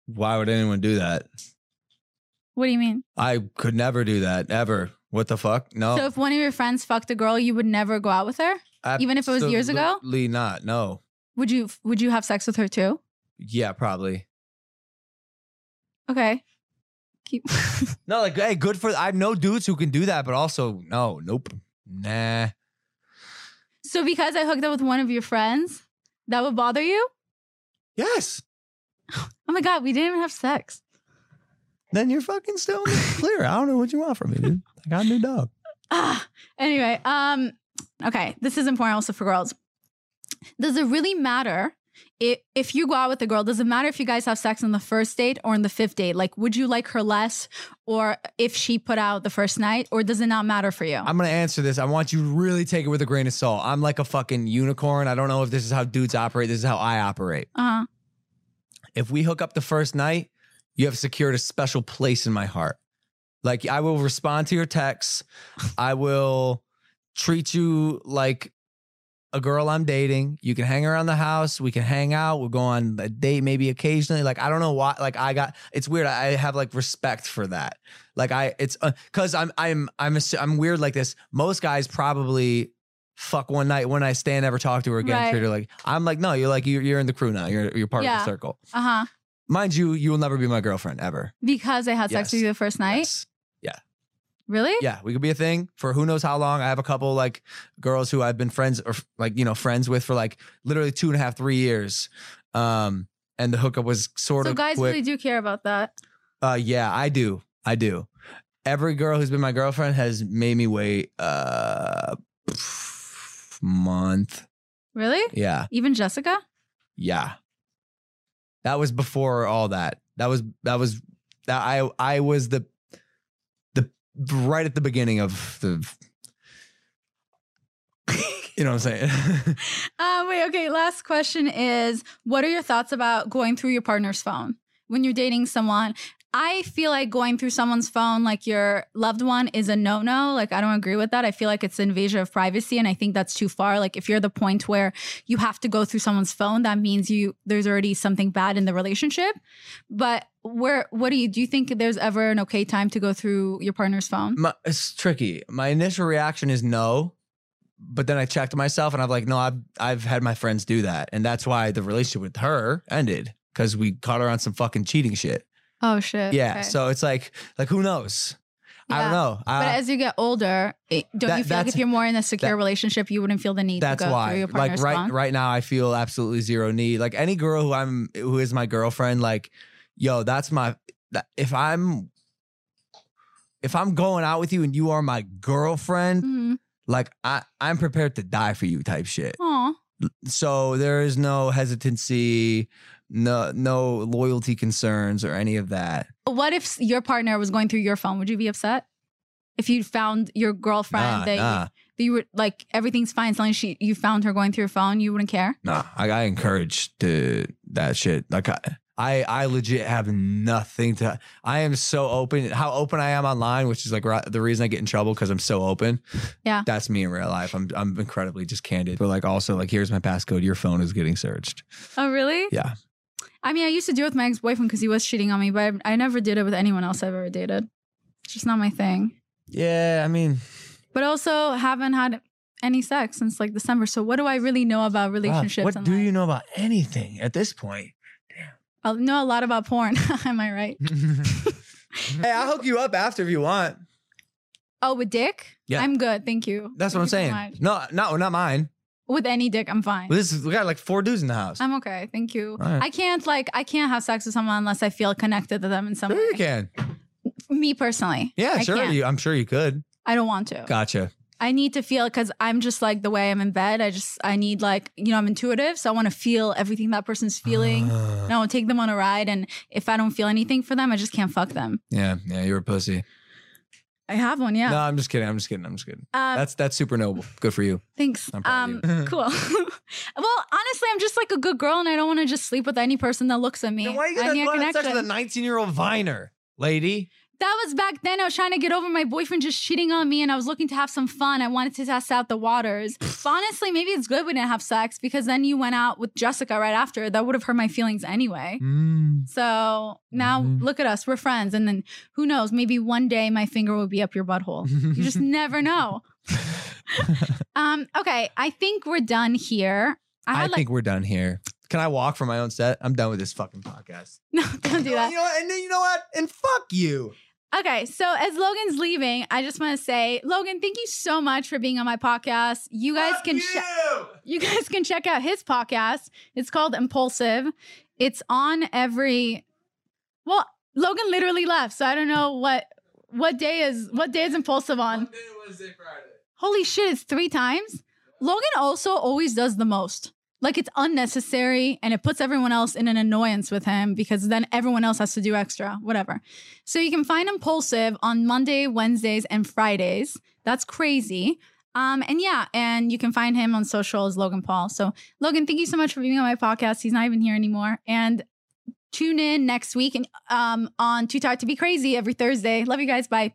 A: Why would anyone do that?
B: What do you mean?
A: I could never do that ever. What the fuck? No.
B: So if one of your friends fucked a girl, you would never go out with her? even if it was years ago?
A: Absolutely not. No.
B: Would you would you have sex with her too?
A: Yeah, probably.
B: Okay. Keep
A: No, like hey, good for I have no dudes who can do that, but also no, nope. Nah.
B: So because I hooked up with one of your friends, that would bother you?
A: Yes.
B: Oh my god, we didn't even have sex.
A: Then you're fucking still in
B: [LAUGHS]
A: the clear. I don't know what you want from me, dude. I got a new dog.
B: Ah, anyway, um okay, this is important also for girls. Does it really matter if, if you go out with a girl, does it matter if you guys have sex on the first date or on the fifth date? Like, would you like her less or if she put out the first night, or does it not matter for you?
A: I'm gonna answer this. I want you to really take it with a grain of salt. I'm like a fucking unicorn. I don't know if this is how dudes operate. This is how I operate.
B: Uh-huh.
A: If we hook up the first night, you have secured a special place in my heart. Like I will respond to your texts. I will treat you like a girl I'm dating. You can hang around the house. We can hang out. We'll go on a date maybe occasionally. Like I don't know why. Like I got. It's weird. I have like respect for that. Like I. It's because I'm I'm I'm assu- I'm weird like this. Most guys probably fuck one night, one night stand, never talk to her again.
B: Right.
A: Treat her like I'm like no. You're like you're, you're in the crew now. You're you're part of
B: Yeah.
A: the circle.
B: Uh-huh.
A: Mind you, you will never be my girlfriend ever.
B: Because I had
A: Yes.
B: sex with you the first night?
A: Yes.
B: Really?
A: Yeah, we could be a thing for who knows how long. I have a couple like girls who I've been friends or like you know friends with for like literally two and a half, three years. Um, and the hookup was sort
B: So
A: of
B: guys
A: quick.
B: really do care about that.
A: uh, yeah, I do, I do. Every girl who's been my girlfriend has made me wait uh month.
B: Really?
A: Yeah,
B: Even Jessica?
A: yeah. That was before all that. That was that was that I I was the the right at the beginning of the [LAUGHS] you know what I'm saying? [LAUGHS]
B: Uh, wait, okay. Last question is what are your thoughts about going through your partner's phone when you're dating someone? I feel like going through someone's phone, like your loved one, is a no no. Like, I don't agree with that. I feel like it's an invasion of privacy. And I think that's too far. Like, if you're the point where you have to go through someone's phone, that means you there's already something bad in the relationship. But where, what do you, do you think there's ever an okay time to go through your partner's phone?
A: My, it's tricky. My initial reaction is no, but then I checked myself and I'm like, no, I've I've had my friends do that, and that's why the relationship with her ended because we caught her on some fucking cheating shit.
B: Oh, shit.
A: Yeah,
B: Okay.
A: so it's like like who knows? I
B: Yeah.
A: don't know. I,
B: But as you get older, it- don't
A: Uh, That-
B: you feel like
A: that's-
B: if you're more in a secure
A: that-
B: relationship, you wouldn't feel the need
A: that's
B: to go through
A: why
B: your
A: like
B: partner's
A: right
B: phone?
A: right now i feel absolutely zero need like any girl who i'm who is my girlfriend like yo that's my that- if i'm if i'm going out with you and you are my girlfriend
B: Mhm.
A: like i i'm prepared to die for you type shit
B: Aw.
A: so there is no hesitancy no no loyalty concerns or any of that
B: What if s- your partner was going through your phone? Would you be upset? If you found your girlfriend
A: nah,
B: that, You,
A: nah,
B: that you were like everything's fine, suddenly she you found her going through your phone, you wouldn't care.
A: nah i got encouraged to that shit like I, I I legit have nothing to I am so open how open I am online which is like ri- the reason I get in trouble cuz I'm so open
B: Yeah.
A: that's me in real life I'm I'm incredibly just candid but like also like here's my passcode your phone is getting searched
B: Oh, really?
A: Yeah.
B: I mean, I used to do it with my ex boyfriend because he was cheating on me, but I, I never did it with anyone else I've ever dated. It's just not my thing.
A: yeah I mean
B: But also, haven't had any sex since like December. So, what do I really know about relationships?
A: Ah, what
B: and
A: do
B: life?
A: you know about anything at this
B: [LAUGHS]
A: point
B: I know a lot about porn. [LAUGHS] Am I right?
A: hey, I'll hook you up after if you want.
B: Oh, with dick?
A: Yeah.
B: I'm good. Thank you.
A: That's
B: Thank
A: what I'm
B: you so
A: saying.
B: much.
A: No, no, not mine.
B: With any dick, I'm fine.
A: This is, we got like four dudes in the house.
B: I'm okay. Thank you.
A: All right.
B: I can't like I can't have sex with someone unless I feel connected to them in some
A: sure you
B: way.
A: can.
B: Me personally.
A: Yeah,
B: I
A: sure.
B: can't.
A: You, I'm sure you could.
B: I don't want to.
A: Gotcha.
B: I need to feel because I'm just like the way I'm in bed. I just I need like you know I'm intuitive, so I want to feel everything that person's
A: [SIGHS]
B: feeling.
A: Uh,
B: and I want to take them on a ride, and if I don't feel anything for them, I just can't fuck them.
A: yeah, yeah. You're a pussy.
B: I have one, yeah.
A: No, I'm just kidding. I'm just kidding. I'm just kidding.
B: um,
A: that's that's super noble. Good for you.
B: Thanks.
A: I'm proud
B: Um,
A: of [LAUGHS] you.
B: cool. [LAUGHS] well, honestly, I'm just like a good girl, and I don't want to just sleep with any person that looks at me.
A: Then why are you
B: I need
A: gonna
B: a
A: go have sex with a
B: connection.
A: 19 year old viner, lady?
B: That was back then. I was trying to get over my boyfriend just cheating on me, and I was looking to have some fun. I wanted to test out
A: [LAUGHS]
B: the waters. but honestly, maybe it's good we didn't have sex because then you went out with Jessica right after. That would have hurt my feelings anyway.
A: Mm-hmm.
B: Mm. So now
A: Mhm.
B: look at us. We're friends. And then who knows? Maybe one day my finger will be up your butthole.
A: [LAUGHS]
B: You just never know. Um, okay. I think we're done here. I
A: I,
B: had like
A: think we're done here. Can I walk from my own set? I'm done with this fucking podcast.
B: no, [LAUGHS] don't do that.
A: You know what? And then you know what? And fuck you.
B: Okay, so as Logan's leaving, I just want to say, Logan, thank you so much for being on my podcast. You guys
A: Fuck
B: can che-
A: you!
B: you guys can check out his podcast. It's called Impulsive. It's on every Well, Logan literally left, so I don't know what what day is what day is Impulsive on.
A: Monday, Wednesday, Friday.
B: Holy shit, it's 3 times. Logan also always does the most. Like it's unnecessary and it puts everyone else in an annoyance with him because then everyone else has to do extra, whatever. So you can find Impulsive on Monday, Wednesdays, and Fridays. That's crazy. Um, and yeah, and you can find him on social as Logan Paul. So Logan, thank you so much for being on my podcast. He's not even here anymore. And tune in next week and um on Too Tired to Be Crazy every Thursday. Love you guys. Bye.